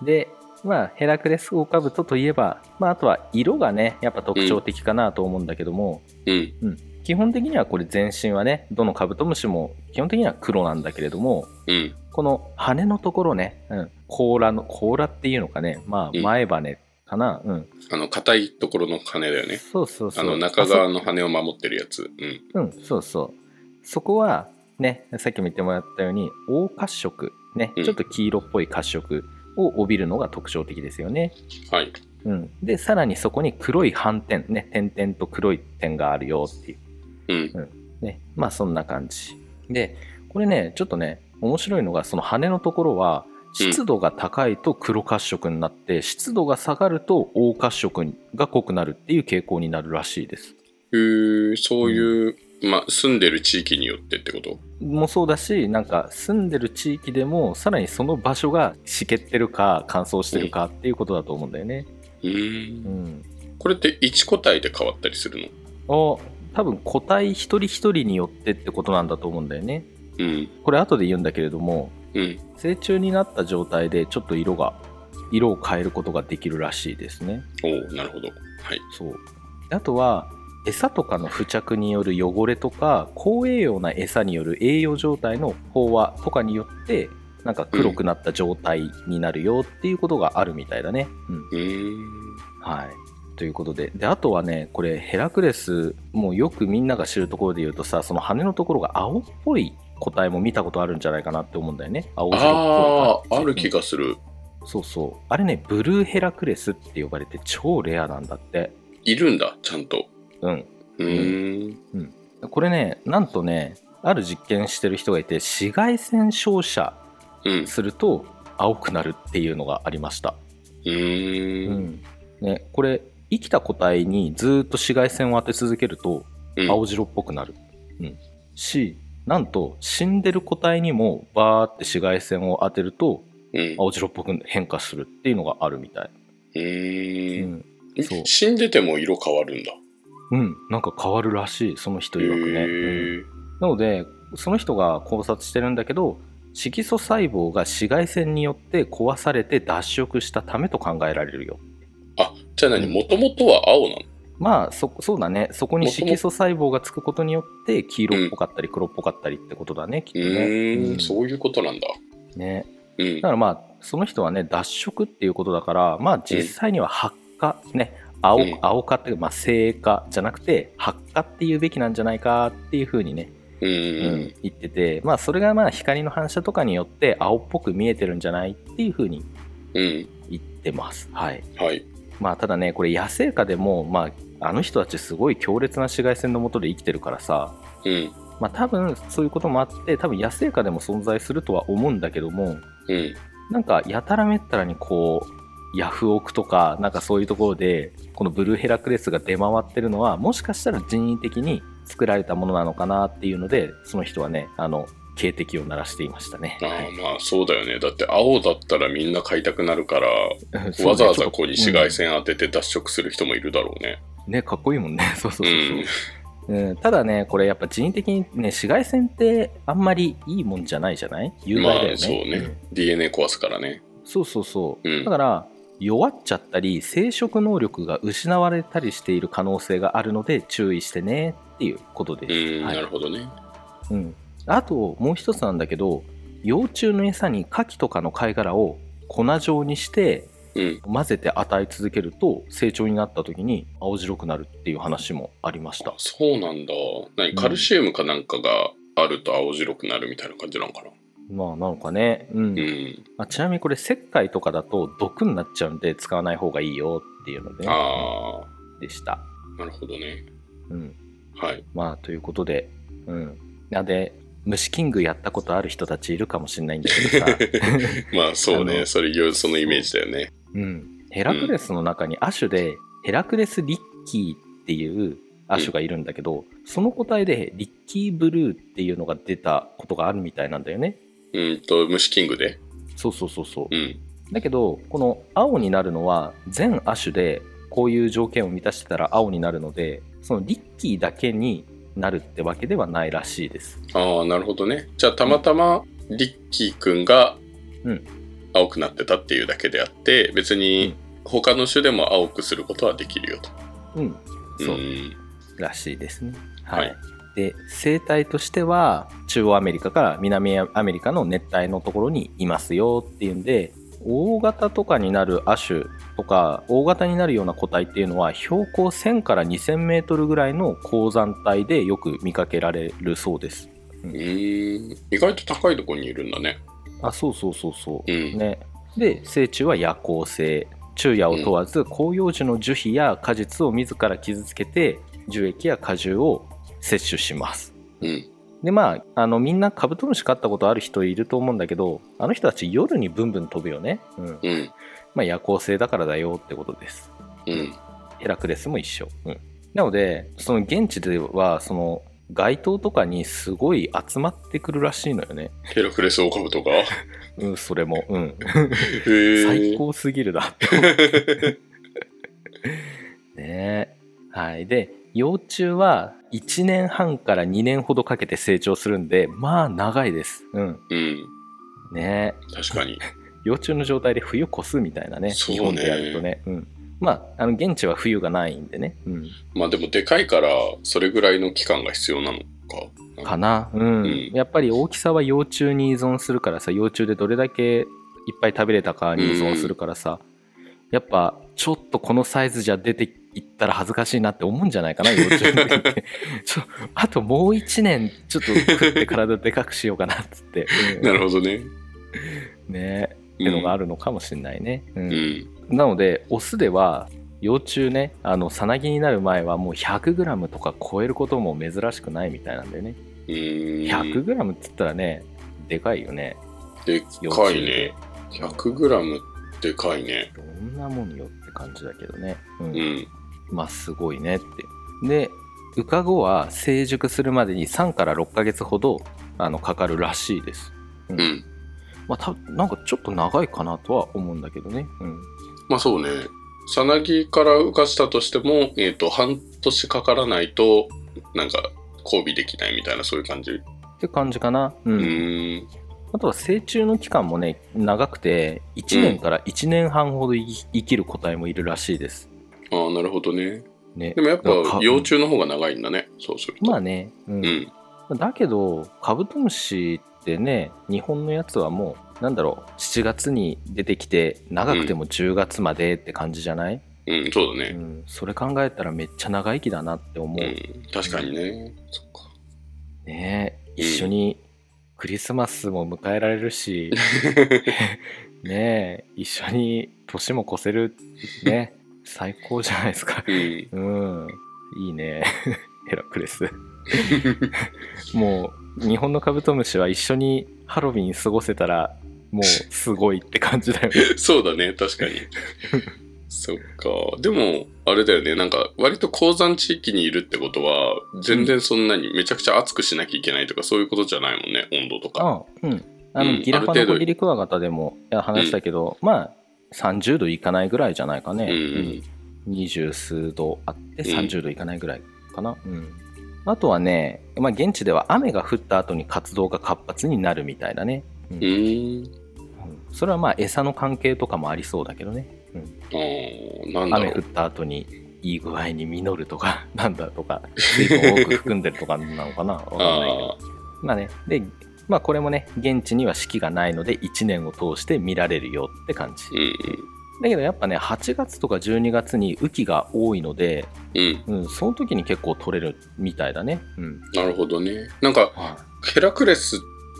A: い。で、まあ、ヘラクレスオオカブトといえば、まあ、あとは色がね、やっぱ特徴的かなと思うんだけども、
B: うん。
A: 基本的にはこれ全身はね、どのカブトムシも基本的には黒なんだけれども、
B: うん。
A: この羽のところね、うん、甲羅の、甲羅っていうのかね、ま
B: う
A: あ、
B: ん
A: 前羽かな、うん。
B: あの、硬いところの羽だよね。
A: そうそうそう。
B: あの、中側の
A: あそ
B: 羽を守ってるやつ。うん。
A: うん、そうそう。そこは、ね、さっきも言ってもらったように、黄褐色、ね、
B: うん
A: ちょっと黄色っぽい褐色を帯びるのが特徴的ですよね。
B: はい。
A: うん、でさらにそこに黒い斑点ね点々と黒い点があるよっていう
B: うん。
A: ねまあそんな感じでこれねちょっとね面白いのがその羽のところは
B: うん
A: 湿度が高いと黒褐色になって、湿度が下がると黄褐色が濃くなるっていう傾向になるらしいです
B: えーそういう、まあ、住んでる地域によってってこと
A: もそうだしなんか住んでる地域でもさらにその場所が湿ってるか乾燥してるかっていうことだと思うんだよね
B: う。
A: うんん
B: これって一個体で変わったりするの
A: あ多分個体一人一人によってってことなんだと思うんだよね
B: うん。
A: これ後で言うんだけれども
B: うん。
A: 成虫になった状態でちょっと色が色を変えることができるらしいですね
B: おおなるほど。はい。
A: そうあとは餌とかの付着による汚れとか高栄養な餌による栄養状態の飽和とかによってなんか黒くなった状態になるよっていうことがあるみたいだねうん
B: うーん。
A: はい。ということで。で、あとはね、これヘラクレス、もうよくみんなが知るところで言うとさ、その羽のところが青っぽい個体も見たことあるんじゃないかなって思うんだよね。青白っ
B: あ
A: ぽい
B: あ、
A: 感
B: あ
A: じ
B: る気がする。
A: うんそうそう。あれね、ブルーヘラクレスって呼ばれて超レアなんだって。
B: いるんだ、ちゃんと。
A: うん。
B: うーん。
A: これね、なんとね、ある実験してる人がいて、紫外線照射
B: うん。
A: すると青くなるっていうのがありました。
B: うーん。
A: ね、これ、生きた個体にずーっと紫外線を当て続けると、
B: うん
A: 青白っぽくなる、うん、しなんと死んでる個体にもバーって紫外線を当てると
B: うん。
A: 青白っぽく変化するっていうのがあるみたい、
B: う
A: う
B: ーん。
A: んそう
B: 死んでても色変わるんだ。
A: うん、なんか変わるらしいその人
B: へ
A: 曰くね、うん
B: え。
A: なのでその人が考察してるんだけど色素細胞が紫外線によって壊されて脱色したためと考えられるよ
B: あ、じゃあ何
A: うん
B: もともとは青なの
A: まあそそうだねそこに
B: もとも
A: 色素細胞がつくことによって黄色っぽかったり黒っぽかったりってことだね、きっ
B: う
A: とね
B: ー。
A: うんん
B: そういうことなんだ。
A: ね
B: うん
A: だ。からまあその人はね脱色っていうことだからまあ実際には発火ね青
B: うん
A: 青化っていうか、まあ、青化じゃなくて発火っていうべきなんじゃないかっていうふうにね、
B: う
A: うん
B: ん。
A: 言っててまあそれがまあ光の反射とかによって青っぽく見えてるんじゃないっていうふうに
B: うん。
A: 言ってますはい
B: はい。
A: まあただねこれ野生下でもまああの人たちすごい強烈な紫外線の下で生きてるからさ
B: うん。
A: まあ多分そういうこともあって多分野生下でも存在するとは思うんだけども、
B: うん。
A: なんかやたらめったらにこうヤフオクとかなんかそういうところでこのブルーヘラクレスが出回ってるのはもしかしたら人為的に作られたものなのかなっていうのでその人はねあの警笛を鳴らしていましたね
B: ああ、まあそうだよね。だって青だったらみんな買いたくなるから、わざわざここに紫外、線当てて脱色する人もいるだろうね。
A: うんねかっこいいもんね そうそう
B: う
A: そう、
B: ん。
A: ううん、ただねこれやっぱ人為的にね紫外線ってあんまりいいもんじゃないじゃない有害
B: ま
A: だよね、
B: あそうね。DNA 壊すからね。
A: うんそうそうそう、
B: うん
A: だから弱っちゃったり生殖能力が失われたりしている可能性があるので注意してねっていうことで
B: う
A: す、
B: ん、
A: はい
B: なるほどね。
A: うん、あともう一つなんだけど幼虫の餌にカキとかの貝殻を粉状にして
B: うん。
A: 混ぜて与え続けると成長になった時に青白くなるっていう話もありました
B: そうなんだ。何カルシウムかなんかがあると青白くなるみたいな感じなのかな。
A: まあなのかね、うん
B: うん。
A: あちなみにこれ石灰とかだと毒になっちゃうんで使わない方がいいよっていうので、
B: あ
A: でした、
B: あ、なるほどね。
A: うん、
B: はい。
A: まあということで、うん、なんで虫キングやったことある人たちいるかもしれないんだけどさ、
B: まあそう
A: あ
B: ね。
A: の
B: それいろいろそのイメージだよね。
A: うん、ヘラクレスの中に亜種でヘラクレス・リッキーっていう亜種がいるんだけど、その個体でリッキーブルーっていうのが出たことがあるみたいなんだよね
B: うんと、虫キングで。
A: そうそうそうそう
B: うん。
A: だけどこの青になるのは全亜種でこういう条件を満たしてたら青になるのでそのリッキーだけになるってわけではないらしいです。
B: ああ、なるほどね。じゃあ、たまたま、リッキーくんが
A: うん、
B: 青くなってたっていうだけであって、別に、他の種でも青くすることはできるよと。
A: うん、そううんらしいですね。はい。
B: はい
A: で生態としては中央アメリカから南アメリカの熱帯のところにいますよっていうんで大型とかになる亜種とか大型になるような個体っていうのは標高1000から2000メートルぐらいの高山帯でよく見かけられるそうです。
B: うーん意外と高いところにいるんだね。
A: あそうそうそうそう
B: う。ん。
A: ね、で成虫は夜行性昼夜を問わず広葉樹の樹皮や果実を自ら傷つけて樹液や果汁を摂取します
B: うん。
A: でまああのみんなカブトムシ飼ったことある人いると思うんだけどあの人たち夜にブンブン飛ぶよね、うん
B: うん。
A: まあ、夜行性だからだよってことです
B: うん。
A: ヘラクレスも一緒、うん、なのでその現地ではその街灯とかにすごい集まってくるらしいのよね、
B: ヘラクレスオオカブ トが。
A: うん、それも、うん、
B: へ
A: 最
B: ー
A: 高すぎる だってねえはい。で、幼虫は1年半から2年ほどかけて成長するんで、まあ長いです。うん。
B: うん。
A: ねえ
B: 確かに。
A: 幼虫の状態で冬越すみたいなね。
B: そうね
A: 日本でやるとね。うん。まあ、あの、現地は冬がないんでね。うん。
B: まあでもでかいから、それぐらいの期間が必要なのか。
A: かな。うん。
B: うん
A: やっぱり大きさは幼虫に依存するからさ、幼虫でどれだけいっぱい食べれたかに依存するからさ、やっぱ、ちょっとこのサイズじゃ出ていったら恥ずかしいなって思うんじゃないかな、幼虫 の時って。ちょあともう一年、ちょっと食って体でかくしようかなっつって。うん
B: なるほどね。
A: ね
B: う
A: ってのがあ
B: ん。
A: るのかもしれないね。うん
B: うん。
A: なので、オスでは、幼虫ね、あの、さなぎになる前はもう 100g とか超えることも珍しくないみたいなんだよね。
B: うーん。
A: 100g っつったらねでかいよね
B: でかいね。100グラムでかいね。
A: どんなもんよって感じだけどね、うん
B: うん。
A: まあすごいねってでウカゴは成熟するまでに3から6ヶ月ほどあのかかるらしいです、うん
B: うん。
A: まあたなんかちょっと長いかなとは思うんだけどね、うん、
B: まあそうね。さなぎから浮かしたとしても、えっ、と、半年かからないと、なんか、交尾できないみたいな、そういう感じ。う
A: って感じかな、うん
B: ーん。
A: あとは成虫の期間もね長くて1年から1年半ほど生き生きる個体もいるらしいです
B: ああ、なるほどね。
A: ね
B: でもやっぱ
A: なんか、
B: 幼虫の方が長いんだね。そうすると。
A: まあね、うん
B: うん。
A: だけどカブトムシってね日本のやつはもうなんだろう7月に出てきて長くても10月までって感じじゃない、
B: うん、そうだ
A: うん
B: ね。
A: それ考えたらめっちゃ長生きだなって思う、
B: うん。確かにね。そっか。
A: ねえ一緒にクリスマスも迎えられる しねえ一緒に年も越せるね最高じゃないですか
B: うん。
A: う ん、いいね。 ヘラクレス。もう、日本のカブトムシは一緒にハロウィン過ごせたら、もうすごいって感じ だよね。
B: そうだね。確か に。そっか。でも、あれだよね。なんか、割と鉱山地域にいるってことは、全然そんなにめちゃくちゃ暑くしなきゃいけないとか、そういうことじゃないもんね。温度とか。
A: うん。うん。あの、
B: うん
A: ギラパ
B: ある
A: の
B: 程
A: コ
B: 度
A: ギリクワガタでもいや話したけど、まあ、30度いかないぐらいじゃないかね。
B: うん
A: うん20数度あって
B: うん
A: 30度いかないぐらいかな。うん。あとはね、まあ、現地では雨が降った後に活動が活発になるみたいだね。
B: うーん。
A: うんそれはまあ餌の関係とかもありそうだけどね。
B: ああ、なんだろ
A: 雨
B: う
A: 降。った後にいい具合に実るとか なんだとか水分を多く含んでるとかなのか なわかんないけ
B: あ
A: どまあねでまあこれもね現地には四季がないので1年を通して見られるよって感じ
B: ーうん
A: だけどやっぱね8月とか12月に雨季が多いので、
B: うん。うん。
A: うん、その時に結構取れるみたいだねうん
B: なるほどね。なんか、ヘラクレス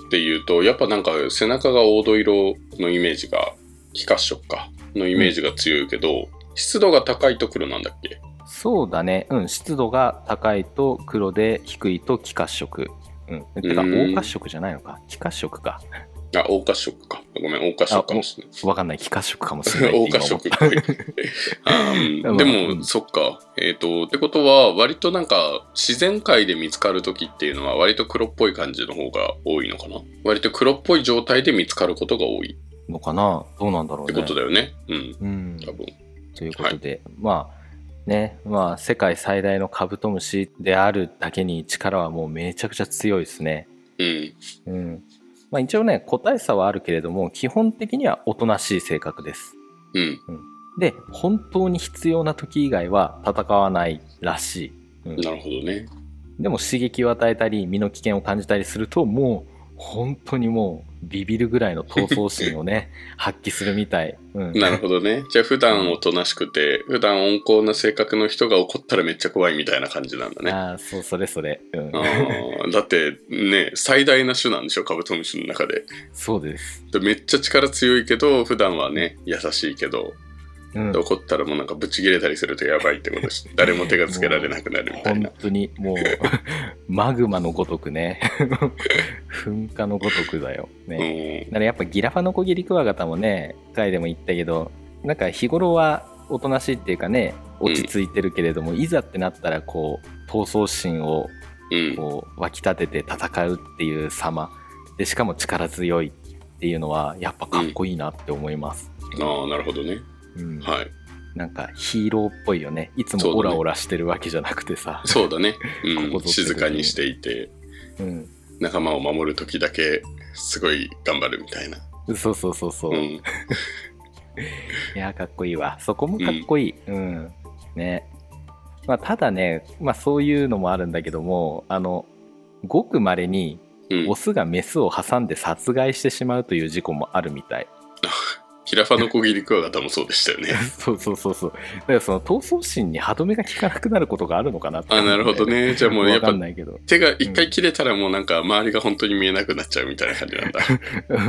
B: っていうと、やっぱなんか背中が黄土色のイメージが、気化色か、のイメージが強いけど、湿度が高いと黒なんだっけ
A: そうだねうん湿度が高いと黒で低いと気褐色うん、てか
B: うん
A: 黄褐色じゃないのか気褐色か
B: あ、黄褐色か。ごめん、黄褐色かもしれない。
A: わかんない気褐色かもしれない
B: 黄褐色っぽい。あーうんで
A: う
B: も、
A: ん
B: そっか。えっ、と、ってことは、割となんか、自然界で見つかるときっていうのは、割と黒っぽい感じの方が多いのかな。割と黒っぽい状態で見つかることが多いっ
A: のかなどうなんだろう
B: て
A: ね。
B: ことだよね。うん。
A: うん、
B: 多分。
A: ということで、まあね、まあ世界最大のカブトムシであるだけに力はもうめちゃくちゃ強いですね。
B: うん。
A: うん。まあ一応ね、個体差はあるけれども、基本的にはおとなしい性格です。
B: うん。
A: で、本当に必要な時以外は戦わないらしい。うん
B: なるほどね。
A: でも刺激を与えたり身の危険を感じたりするともう本当にもうビビるぐらいの闘争心を ね発揮するみたい、うん、
B: なるほどね。じゃあ普段おとなしくて、普段温厚な性格の人が怒ったらめっちゃ怖いみたいな感じなんだね。
A: ああそうそれそれ、うん
B: あ、ーだってね、最大な種なんでしょ、カブトムシの中で。
A: そうです、
B: でめっちゃ力強いけど、普段はね、優しいけど、
A: うん、
B: 怒ったらもうなんかブチ切れたりするとやばいってこ とし、誰も手がつけられなくなるみたいな
A: 本。当に もうマグマのごとくね 噴火のごとくだよ
B: う
A: ね、
B: ん。
A: だからやっぱギラファノコギリクワガタもね回でも言ったけどなんか日頃はおとなしいっていうかね落ち着いてるけれども、いざってなったらこう闘争心を
B: うん。
A: こう湧き立てて戦うっていう様でしかも力強いっていうのはやっぱかっこいいなって思います、
B: ああ、なるほどね。
A: うん
B: はい。
A: なんかヒーローっぽいよねいつもオラオラしてるわけじゃなくてさ
B: そうだね。うん。
A: ここぞって時に
B: 静かにしていて、
A: う,、
B: 仲間を守るときだけ、すごい頑張るみたいな。
A: ん、そうそうそうそう、
B: う
A: い
B: ん。
A: やかっこいいわそこもかっこいい、うんねまあ、ただね、まあ、そういうのもあるんだけどもあのごくまれに
B: うん
A: オ。スがメスを挟んで殺害してしまうという事故もあるみたい
B: ヒラファノコギリクワガタもそうでした よね。
A: そうそうそうそう。だからその闘争心に歯止めが効かなくなることがあるのかなって
B: あ、なるほど。ね。じゃあもうや
A: わ
B: っ
A: か
B: ぱ
A: んないけど。
B: 手が一回切れたらもうなんか周りが本当に見えなくなっちゃうみたいな感じなんだ。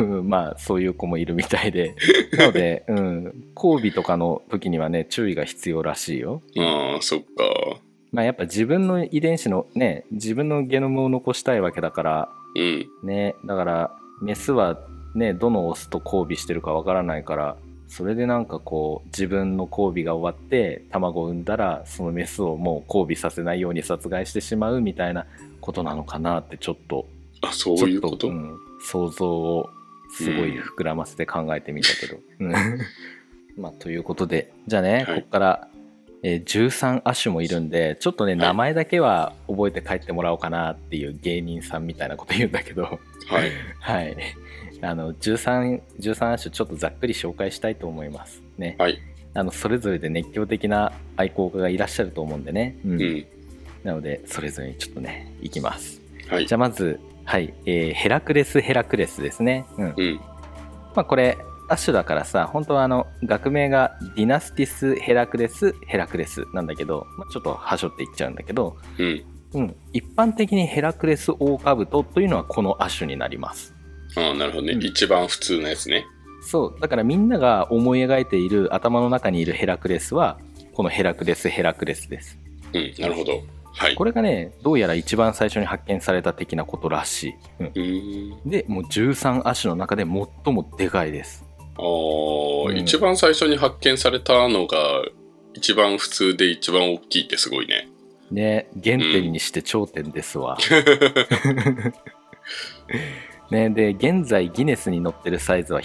A: うんまあ、そういう子もいるみたいで。なので、うん。交尾とかの時にはね、注意が必要らしいよ。
B: ああ、そっか。
A: まあ、やっぱ自分の遺伝子のね、自分のゲノムを残したいわけだから、
B: うん。
A: ね、だから、メスはね、どのオスと交尾してるかわからないから、それでなんかこう自分の交尾が終わって卵を産んだらそのメスをもう交尾させないように殺害してしまうみたいなことなのかなってちょっと
B: あ、そう
A: ちょっ
B: いうこと、
A: うん想像をすごい膨らませて考えてみた けど。うん まあ、ということでじゃあね、
B: はい
A: ここから、えー13亜種もいるんでちょっとね
B: い
A: 名前だけは覚えて帰ってもらおうかなっていう芸人さんみたいなこと言うんだけど。
B: はい。
A: はい。あの13 13亜種ちょっとざっくり紹介したいと思います。ね。
B: はい
A: あのそれぞれで熱狂的な愛好家がいらっしゃると思うんでね。うん
B: うん。
A: なのでそれぞれにちょっとねいきます。
B: はい
A: じ。ゃあまずはい、えーヘラクレスヘラクレスですね。うん。
B: うん。
A: まあこれ亜種だからさ本当はあの学名がディナスティスヘラクレスヘラクレスなんだけど、まあ、ちょっと端折っていっちゃうんだけど、
B: うん。
A: うん、一般的にヘラクレスオオカブトというのはこの亜種になります。
B: ああ、なるほどね、
A: うん
B: 一番普通のやつね。
A: そうだからみんなが思い描いている頭の中にいるヘラクレスはこのヘラクレスヘラクレスです
B: うん。なるほど。はい。
A: これがねどうやら一番最初に発見された的なことらしい、うん
B: うーん。
A: でもう13亜種の中で最もでかいです
B: ああ、
A: うん
B: 一番最初に発見されたのが、一番普通で一番大きいってすごいね。
A: ね原点にして頂点ですわ、ね、で現在ギネスに載ってるサイズは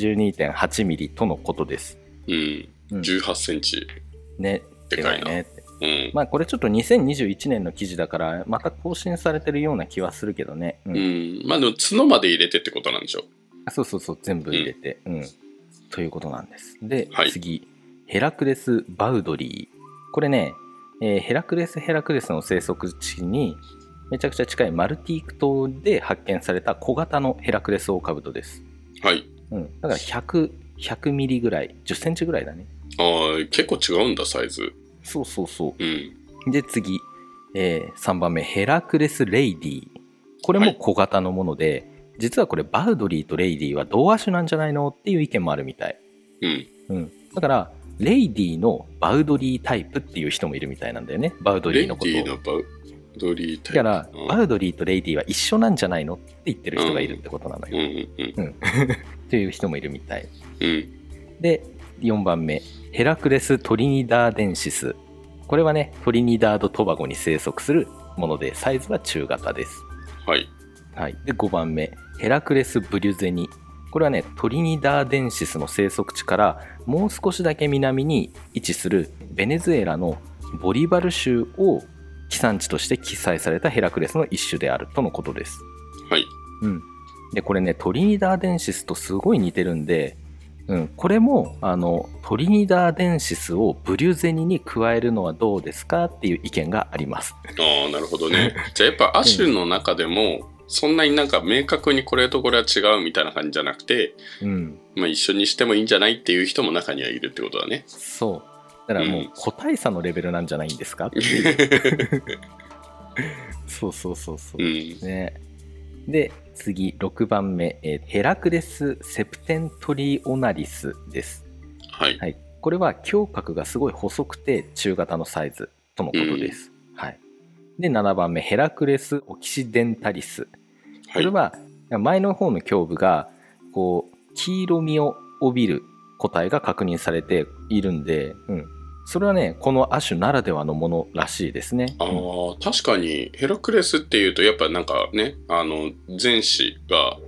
A: 182.8ミリとのことです、
B: うん。
A: うん
B: 18センチ。
A: ね
B: でかいな
A: ねって
B: うん。
A: まあこれちょっと2021年の記事だからまた更新されてるような気はするけどね、うん
B: うん。まあでも角まで入れてってことなんでしょ
A: あそうそうそう全部入れて、うんということなんですで、
B: はい
A: 次ヘラクレス・バウドリーこれね、えーヘラクレス・ヘラクレスの生息地にめちゃくちゃ近いマルティーク島で発見された小型のヘラクレスオオカブトです、
B: はい。
A: うん、だから100 100ミリぐらい1 0ンチぐらいだね
B: ああ、結構違うんだ、サイズ。
A: そうそうそ
B: うん。
A: うで次、え3番目ヘラクレス・レイディこれも小型のもので、実はこれバウドリーとレイディは同亜種なんじゃないのっていう意見もあるみたい
B: うん。
A: うん、だからレイディのバウドリータイプっていう人もいるみたいなんだよねバウド
B: レ
A: リ
B: イ
A: ー
B: デ
A: のことを
B: ィのバウドリータイ
A: だから、
B: プ。うん
A: バウドリーとレイディは一緒なんじゃないのって言ってる人がいるってことなんだ
B: う
A: よ、
B: んうん
A: という人もいるみたい
B: うん。うん。
A: で4番目ヘラクレス・トリニダーデンシスこれはねトリニダード・トバゴに生息するものでサイズは中型です、
B: はい。
A: はい、で5番目ヘラクレス・ブリュゼニこれはねトリニダーデンシスの生息地からもう少しだけ南に位置するベネズエラのボリバル州を地産地として記載されたヘラクレスの一種であるとのことです。
B: はい。
A: うん、でこれねトリニダーデンシスとすごい似てるんで、うん、これもあのトリニダーデンシスをブリュゼニに加えるのはどうですかっていう意見があります。
B: ああ、なるほ どね。じゃあやっぱアシュの中でも、そんなになんか明確にこれとこれは違うみたいな感じじゃなくて、
A: うん、
B: まあ一緒にしてもいいんじゃないっていう人も中にはいるってことだね。
A: そうだからもう
B: うん
A: 個体差のレベルなんじゃないんですかっていうそうそうそうそうう。
B: ん。
A: ね、で次6番目、えーヘラクレス・セプテントリオナリスです。
B: はい。
A: はい、これは胸郭がすごい細くて中型のサイズとのことです。はい、で7番目ヘラクレス・オキシデンタリス。こ
B: は
A: れ
B: い。
A: は前の方の胸部がこう黄色みを帯びる個体が確認されているんで、うん、それはねこの亜種ならではのものらしいですね。
B: ああ、確かにヘラクレスっていうと、やっぱなんかね、あの、前肢が、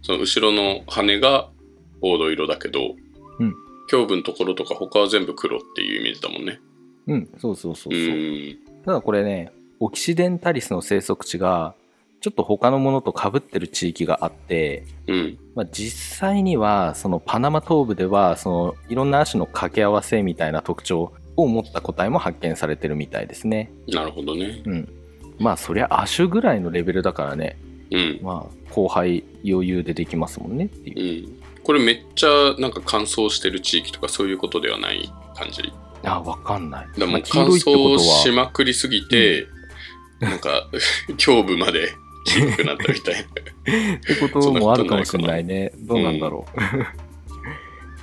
B: その後ろの羽が黄土色だけど、
A: うん
B: 胸部のところとか他は全部黒っていうイメージだもんね。
A: うん、うん、そうそうそう
B: う
A: そう。
B: ん。
A: ただこれねオキシデンタリスの生息地がちょっと他のものとかぶってる地域があって、
B: うん。
A: まあ、実際にはそのパナマ東部ではそのいろんな種の掛け合わせみたいな特徴を持った個体も発見されてるみたいですね。
B: なるほどね。
A: うん、まあそりゃ亜種ぐらいのレベルだからね、
B: うん。
A: まあ、後輩余裕でできますもんねっていう
B: う。ん。これめっちゃなんか乾燥してる地域とかそういうことではない感じ。
A: あわかんない。
B: で
A: まあ
B: もう
A: 黄
B: 乾
A: 色いってこ
B: 燥し
A: とは
B: まくりすぎて、なんか 胸部まで黄色くなったみたいな。
A: ってこともあるかもしれないね。どうなんだろう。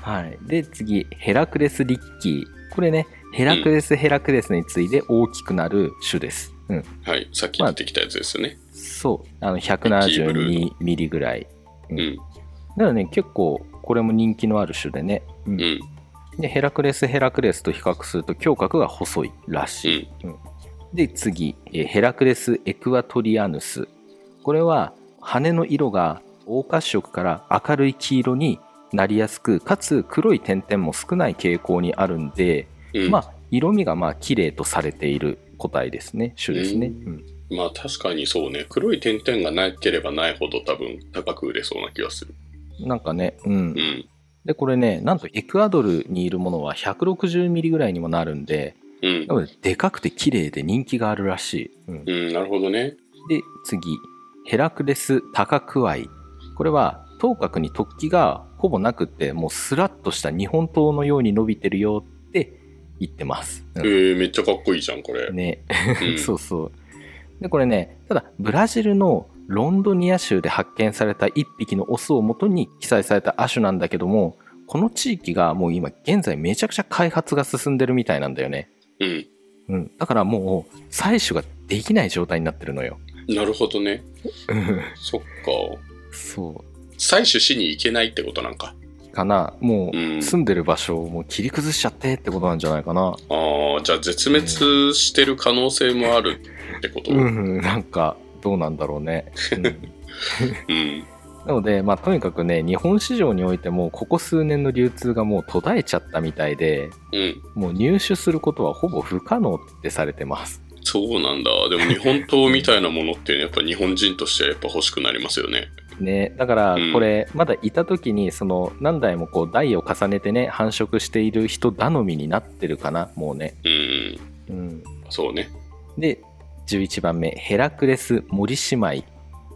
A: はい。で、次、ヘラクレス・リッキー。これね、ヘラクレス・ヘラクレスに次いで大きくなる種です。うん。
B: はい、さっき言ってきたやつですよね。
A: そう。あの、
B: リッキーブルー
A: 172ミリぐらい。
B: う
A: まあだ
B: ん、
A: からね、結構、これも人気のある種でね。うん
B: うん、
A: で、ヘラクレス・ヘラクレスと比較すると、胸郭が細いらし
B: う
A: い。
B: ん。
A: で次えーヘラクレス・エクアトリアヌスこれは羽の色が黄褐色から明るい黄色になりやすくかつ黒い点々も少ない傾向にあるんで、
B: う
A: ま
B: ん、まあ、
A: あ色味がまあ綺麗とされている個体ですね種ですね、
B: うん
A: うん
B: 確かにそうね。黒い点々がなければないほど多分高く売れそうな気がする。
A: なんかねうん、
B: うん、
A: でこれねなんとエクアドルにいるものは160ミリぐらいにもなるんで
B: うん
A: 多、分でかくて綺麗で人気があるらしい、うん
B: うん、なるほどね。
A: で次ヘラクレス・タカクワイこれは頭角に突起がほぼなくってもうスラッとした日本刀のように伸びてるよって言ってます、
B: え
A: うん
B: ー、めっちゃかっこいいじゃん、これ。
A: ね、
B: うん、
A: そうそうでこれねただブラジルのロンドニア州で発見された1匹のオスをもとに記載された亜種なんだけどもこの地域がもう今現在めちゃくちゃ開発が進んでるみたいなんだよね、
B: うん、
A: うん、だからもう採取ができない状態になってるのよ
B: なるほどね。そっか。
A: そう
B: 採取しに行けないってことなんか。
A: かなも
B: う
A: うん住んでる場所をもう切り崩しちゃってってことなんじゃないかな
B: ああ、じゃあ絶滅してる可能性もあるってこと。
A: うん、なんかどうなんだろう ね、うん
B: うん
A: なのでまあとにかくね日本市場においてもここ数年の流通がもう途絶えちゃったみたいで
B: うん、
A: もう入手することはほぼ不可能ってされてます
B: そうなんだ。でも日本刀みたいなものって、やっぱ日本人としてはやっぱ欲しくなりますよね。
A: ねだから
B: うん
A: これまだいた時にその何代もこう代を重ねてね繁殖している人頼みになってるかなもうね
B: うん、
A: うん
B: そうね。
A: で11番目ヘラクレス・森姉妹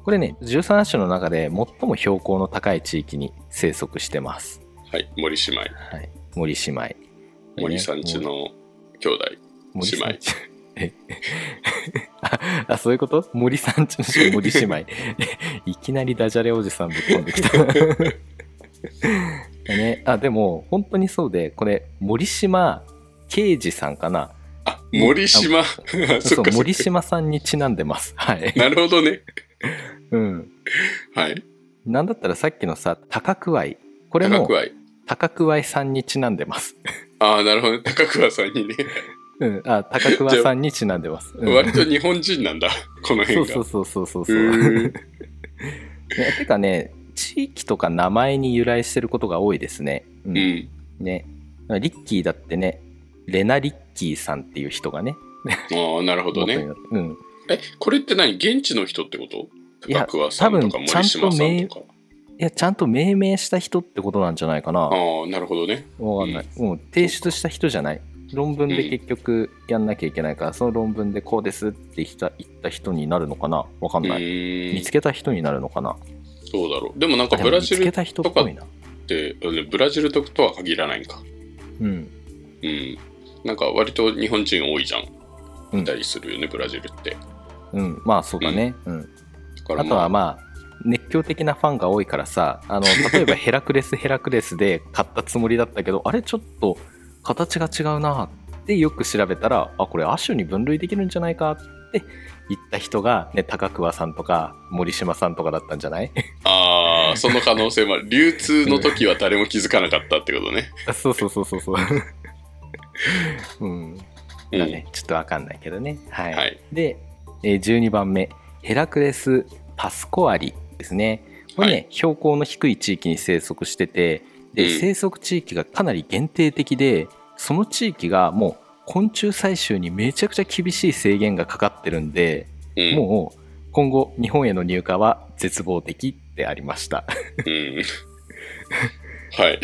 A: これね13種の中で最も標高の高い地域に生息してます、
B: はい、森姉妹。
A: はい、森姉妹
B: 森さんちの兄弟。
A: 森
B: 姉妹
A: さんちえ あ あそういうこと森さんちの森姉妹 いきなりダジャレおじさんぶっ込んできた ね、あでも本当にそうでこれ森島啓二さんかな
B: あ、森島。
A: そ
B: そっ
A: う
B: かそっ
A: 森
B: か。
A: 島さんにちなんでますはい、
B: なるほどね。
A: うん、
B: はい。
A: なんだったらさっきのさ、高く愛。これ
B: 高
A: も
B: 桑井。
A: 高く愛さんにちなんで ます。
B: ああ、なるほどね。高桑さんにね。
A: うん、あ、高く愛さんにちなんでます。うん
B: 割と日本人なんだ。この
A: そ
B: 辺
A: う
B: が。
A: そうそうそうそうそう。
B: へ
A: ね
B: ー
A: てかね、地域とか名前に由来してることが多いですね。う
B: うんん。
A: ね。リッキーだってね、レナ・リッキーさんっていう人がね、
B: ああ、なるほど
A: 元に
B: ね。
A: なってうん。
B: え、これって何現地の人ってこと
A: いや
B: 高桑さんとか
A: 多分ちゃん
B: 森
A: と
B: 島さん
A: 名
B: とか。
A: いや、ちゃんと命名した人ってことなんじゃないかな。
B: ああ、なるほどね。
A: わかんない。もう提出した人じゃない。論文で結局やんなきゃいけないから、その論文でこうですって言った言った人になるのかなわか
B: うん
A: ない。見
B: ーん
A: つ。けた人になるのかな
B: そうだろう。でもなん
A: あ
B: か
A: で
B: ブ
A: も
B: ラ
A: 見
B: ジ
A: つ
B: ル
A: け
B: った
A: 人っぽいな。
B: て、うんブラジルとは限らないんか。
A: うん。
B: うん。なんか割と日本人多いじゃん。
A: うん
B: いたりするよね、ブラジルって。だ
A: うん。まあそうだね。うん。
B: から
A: あとは
B: まあ、
A: まあ熱狂的なファンが多いからさ あの例えばヘラクレスヘラクレスで買ったつもりだったけどあれちょっと形が違うなってよく調べたらあこれ亜種に分類できるんじゃないかって言った人が、ね、高桑さんとか森島さんとかだったんじゃ ない
B: ああ、その可能性もある。流通の時は誰も気づかなかったってことね。
A: あそうそうそうそう そううん
B: うん
A: だねちょっとわかんないけどねはい、
B: はい。
A: で、えー12番目ヘラクレス・パスコアリですねこれね、
B: は
A: 標高の低い地域に生息しててで、
B: うん
A: 生息地域がかなり限定的でその地域がもう昆虫採集にめちゃくちゃ厳しい制限がかかってるんで、
B: うん。
A: もう今後日本への入荷は絶望的ってありました、は
B: うん。はい。
A: い、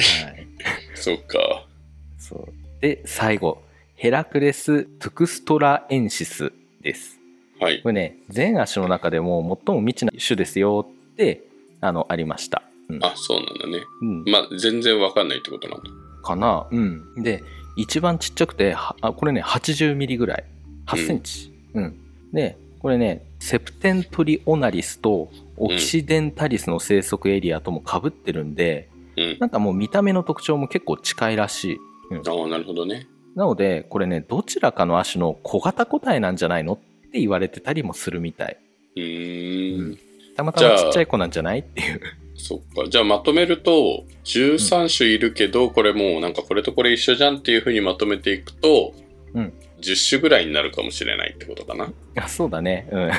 B: そっか。
A: そうで最後ヘラクレス・トゥクストラエンシスです
B: はい
A: こ。れね全足の中でも最も未知な種ですよってあのありました、うん
B: あ、そうなんだね。
A: うん
B: まあ、全然わかんないってことなんだ。
A: かな、うん、で一番ちっちゃくてはあこれね80ミリぐらい8センチ、うんでこれねセプテントリオナリスとオキシデンタリスの生息エリアともかぶってるんで、
B: うん。
A: なんかもう見た目の特徴も結構近いらしい
B: ああ、なるほどね。
A: なのでこれねどちらかの足の小型個体なんじゃないのって言われてたりもするみたいう
B: ー
A: うん
B: ん。
A: たまたま
B: じゃ
A: ち
B: あ
A: っちゃい子なんじゃないっていう
B: そっか。じゃあまとめると、13種いるけど、これもうなんかこれとこれ一緒じゃんっていうふうにまとめていくと、
A: うん
B: 10種ぐらいになるかもしれないってことかな。
A: あそうだねうん
B: うん。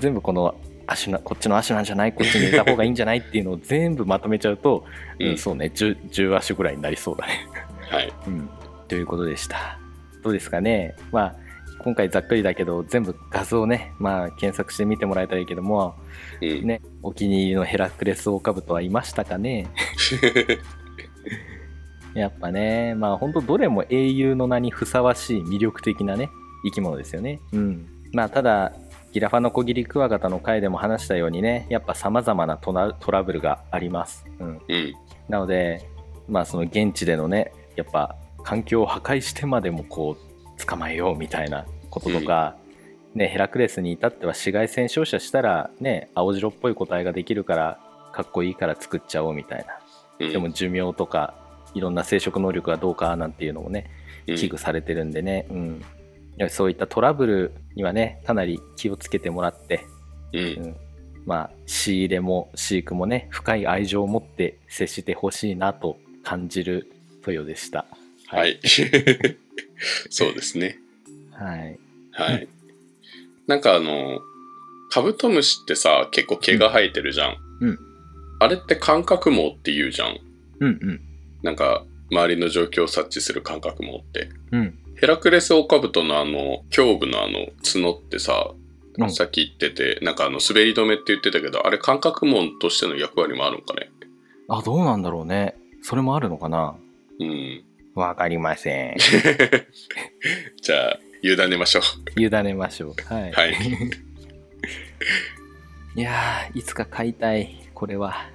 A: 全部この足なこっちの足なんじゃないこっちに入れた方がいいんじゃないっていうのを全部まとめちゃうと、
B: うん
A: うんそうね 10, 10足ぐらいになりそうだね、
B: はい。
A: うん。ということでしたどうですかねまあ今回ざっくりだけど全部画像をね、まあ、検索してみてもらえたらいいけども、
B: うん。
A: ね、お気に入りのヘラクレスオオカブトはいましたかねやっぱねまあ本当どれも英雄の名にふさわしい魅力的なね生き物ですよねうんまあただギラファノコギリクワガタの回でも話したようにねやっぱさまざまなトラトラブルがあります、うん、
B: うん。
A: なのでまあその現地でのねやっぱ環境を破壊してまでもこう捕まえようみたいなこととか、ね、ヘラクレスに至っては紫外線照射したらね青白っぽい個体ができるからかっこいいから作っちゃおうみたいな
B: うん。
A: でも寿命とかいろんな生殖能力がどうかなんていうのもね
B: うん、
A: 危惧されてるんでね、うんいやそういったトラブルにはねかなり気をつけてもらって、
B: うん。
A: まあ、仕入れも飼育もね深い愛情を持って接してほしいなと感じる豊でした。
B: は、い。そうですね。
A: はい、
B: はい。なんかあの、カブトムシってさ、結構毛が生えてるじゃん。
A: うん
B: あれって感覚毛って言うじゃん。
A: うんうん
B: なんか、周りの状況を察知する感覚毛って。
A: うん
B: ヘラクレスオオカブトのあの、胸部のあの、角ってさ、
A: うん
B: さっき言ってて、なんかあの、滑り止めって言ってたけど、あれ感覚毛としての役割もあるのかね。
A: あどうなんだろうねそれもあるのかな
B: うん。
A: わかりませ ん
B: じゃあ、委ねましょ
A: 委ねましょうは
B: う。
A: い、
B: はい。
A: い、やーいつか買いたいこれ は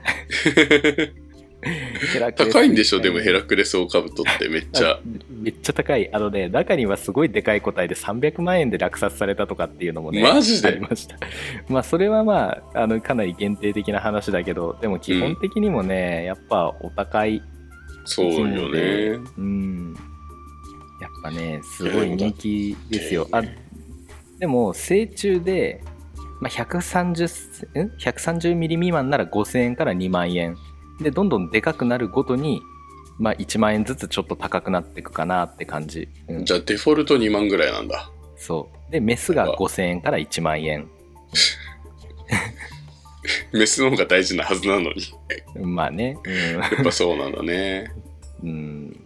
A: ヘラクレス
B: 高いんでしょ、でもヘラクレスオオカブトってめっちゃ
A: あ。めっちゃ高いあのね中にはすごいでかい個体で300万円で落札されたとかっていうのもね
B: マジで
A: ありました まあそれはまああのかなり限定的な話だけどでも基本的にもね、やっぱお高い
B: そうよね。
A: うんやっぱねすごい人気ですよあでも成虫で、まあ、130ん130ミリ未満なら5000円から2万円でどんどんでかくなるごとにまあ1万円ずつちょっと高くなっていくかなって感じ、うん
B: じゃあデフォルト2万ぐらいなんだ。
A: そうでメスが5000円から1万円
B: メスの方が大事なはずなのに。
A: まあね。
B: やっぱそうなんだね。
A: うん。うん。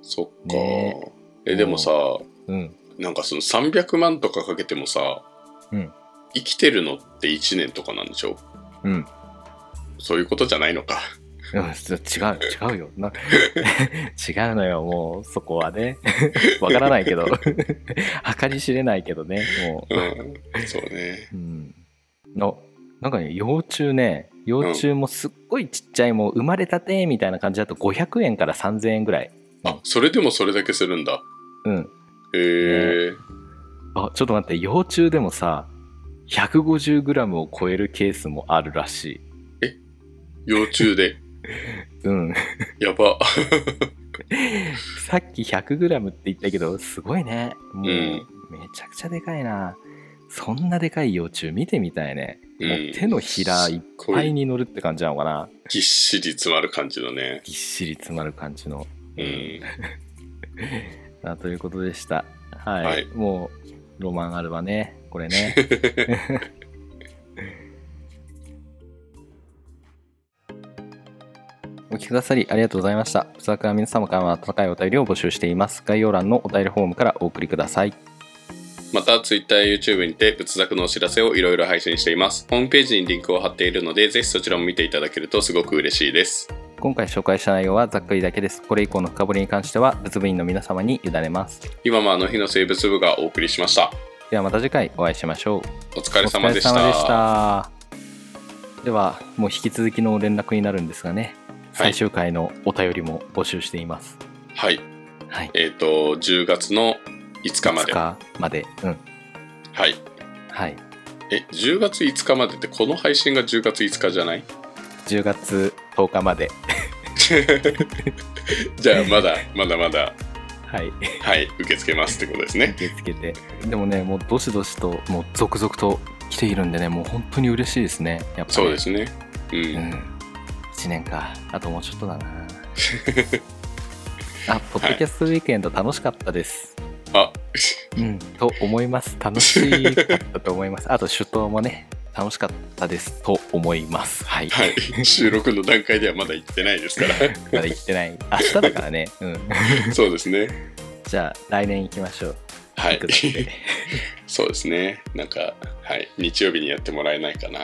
B: そっか。
A: ね
B: え、でもさ、
A: うん、
B: なんかその300万とかかけてもさ、
A: うん
B: 生きてるのって1年とかなんでしょ
A: うん
B: そういうことじゃないの か。
A: うんちょ違う、違うよ。な 違うのよ、もう、そこはね。 わからないけど。 計り知れないけどね、も
B: うん。そうね。
A: う。うん。の、なんかね、幼虫ね、幼虫もすっごいちっちゃい、もう生まれたてみたいな感じだと500円から3000円ぐらい。
B: あ、それでもそれだけするんだ。
A: うん。
B: へえ、
A: あ、ちょっと待って、幼虫でもさ、150g を超えるケースもあるらしい。
B: 幼虫で。
A: うん。
B: や ば。
A: さっき 100g って言ったけどすごいねもう、
B: うん
A: めちゃくちゃでかいなそんなでかい幼虫見てみたいね、
B: うん
A: もう手のひらいっ
B: こう
A: ぱ
B: い
A: いうに乗るって感じなのかな
B: ぎっしり詰まる感じだね。
A: ぎっしり詰まる感じの、
B: うん。
A: あということでしたはい、
B: はい
A: もうロマンあるわねこれ ねお聞きくださりありがとうございました。ふさくは皆様からの温かいお便りを募集しています。概要欄のお便りフォームからお送りください。
B: また Twitter や YouTube にて仏作のお知らせをいろいろ配信しています。ホームページにリンクを貼っているので、ぜひそちらも見ていただけるとすごく嬉しいです。
A: 今回紹介した内容はざっくりだけです。これ以降の深掘りに関しては、仏部員の皆様に委ねます。
B: 今もあの日の生物部がお送りしました。
A: ではまた次回お会いしましょう。
B: お疲れ様でした。
A: お疲れ様でしたでは、もう引き続きの連絡になるんですがね、
B: は
A: 最
B: い
A: 終回のお便りも募集しています。
B: はい。
A: はい。
B: えっ、と、10月の5日まで。
A: いつかまで。うん。
B: はい。
A: はい。
B: え、10月5日までって、この配信が10月5日じゃない
A: 10月10日まで。
B: じゃあ、まだ、まだまだ、
A: はい。
B: はい、受け付けますってことですね。
A: 受け付けて。でもね、もうどしどしと、もう続々と来ているんでね、もう本当に嬉しいですね。やっぱり
B: そうですね。う。
A: うんん、1年かあともうちょっとだ なあポッドキャストウィークエンド楽しかったです、
B: あ、
A: うんと思います楽しかったと思い ますあと首都もね楽しかったですと思いますはい、
B: はい。収録の段階ではまだ行ってないですから。
A: まだ行ってない明日だからねうん
B: そうですね。
A: じゃあ来年行きましょう
B: は
A: 行
B: い
A: く。だけ で
B: そうですね。なんか、はい。日曜日にやってもらえないかな。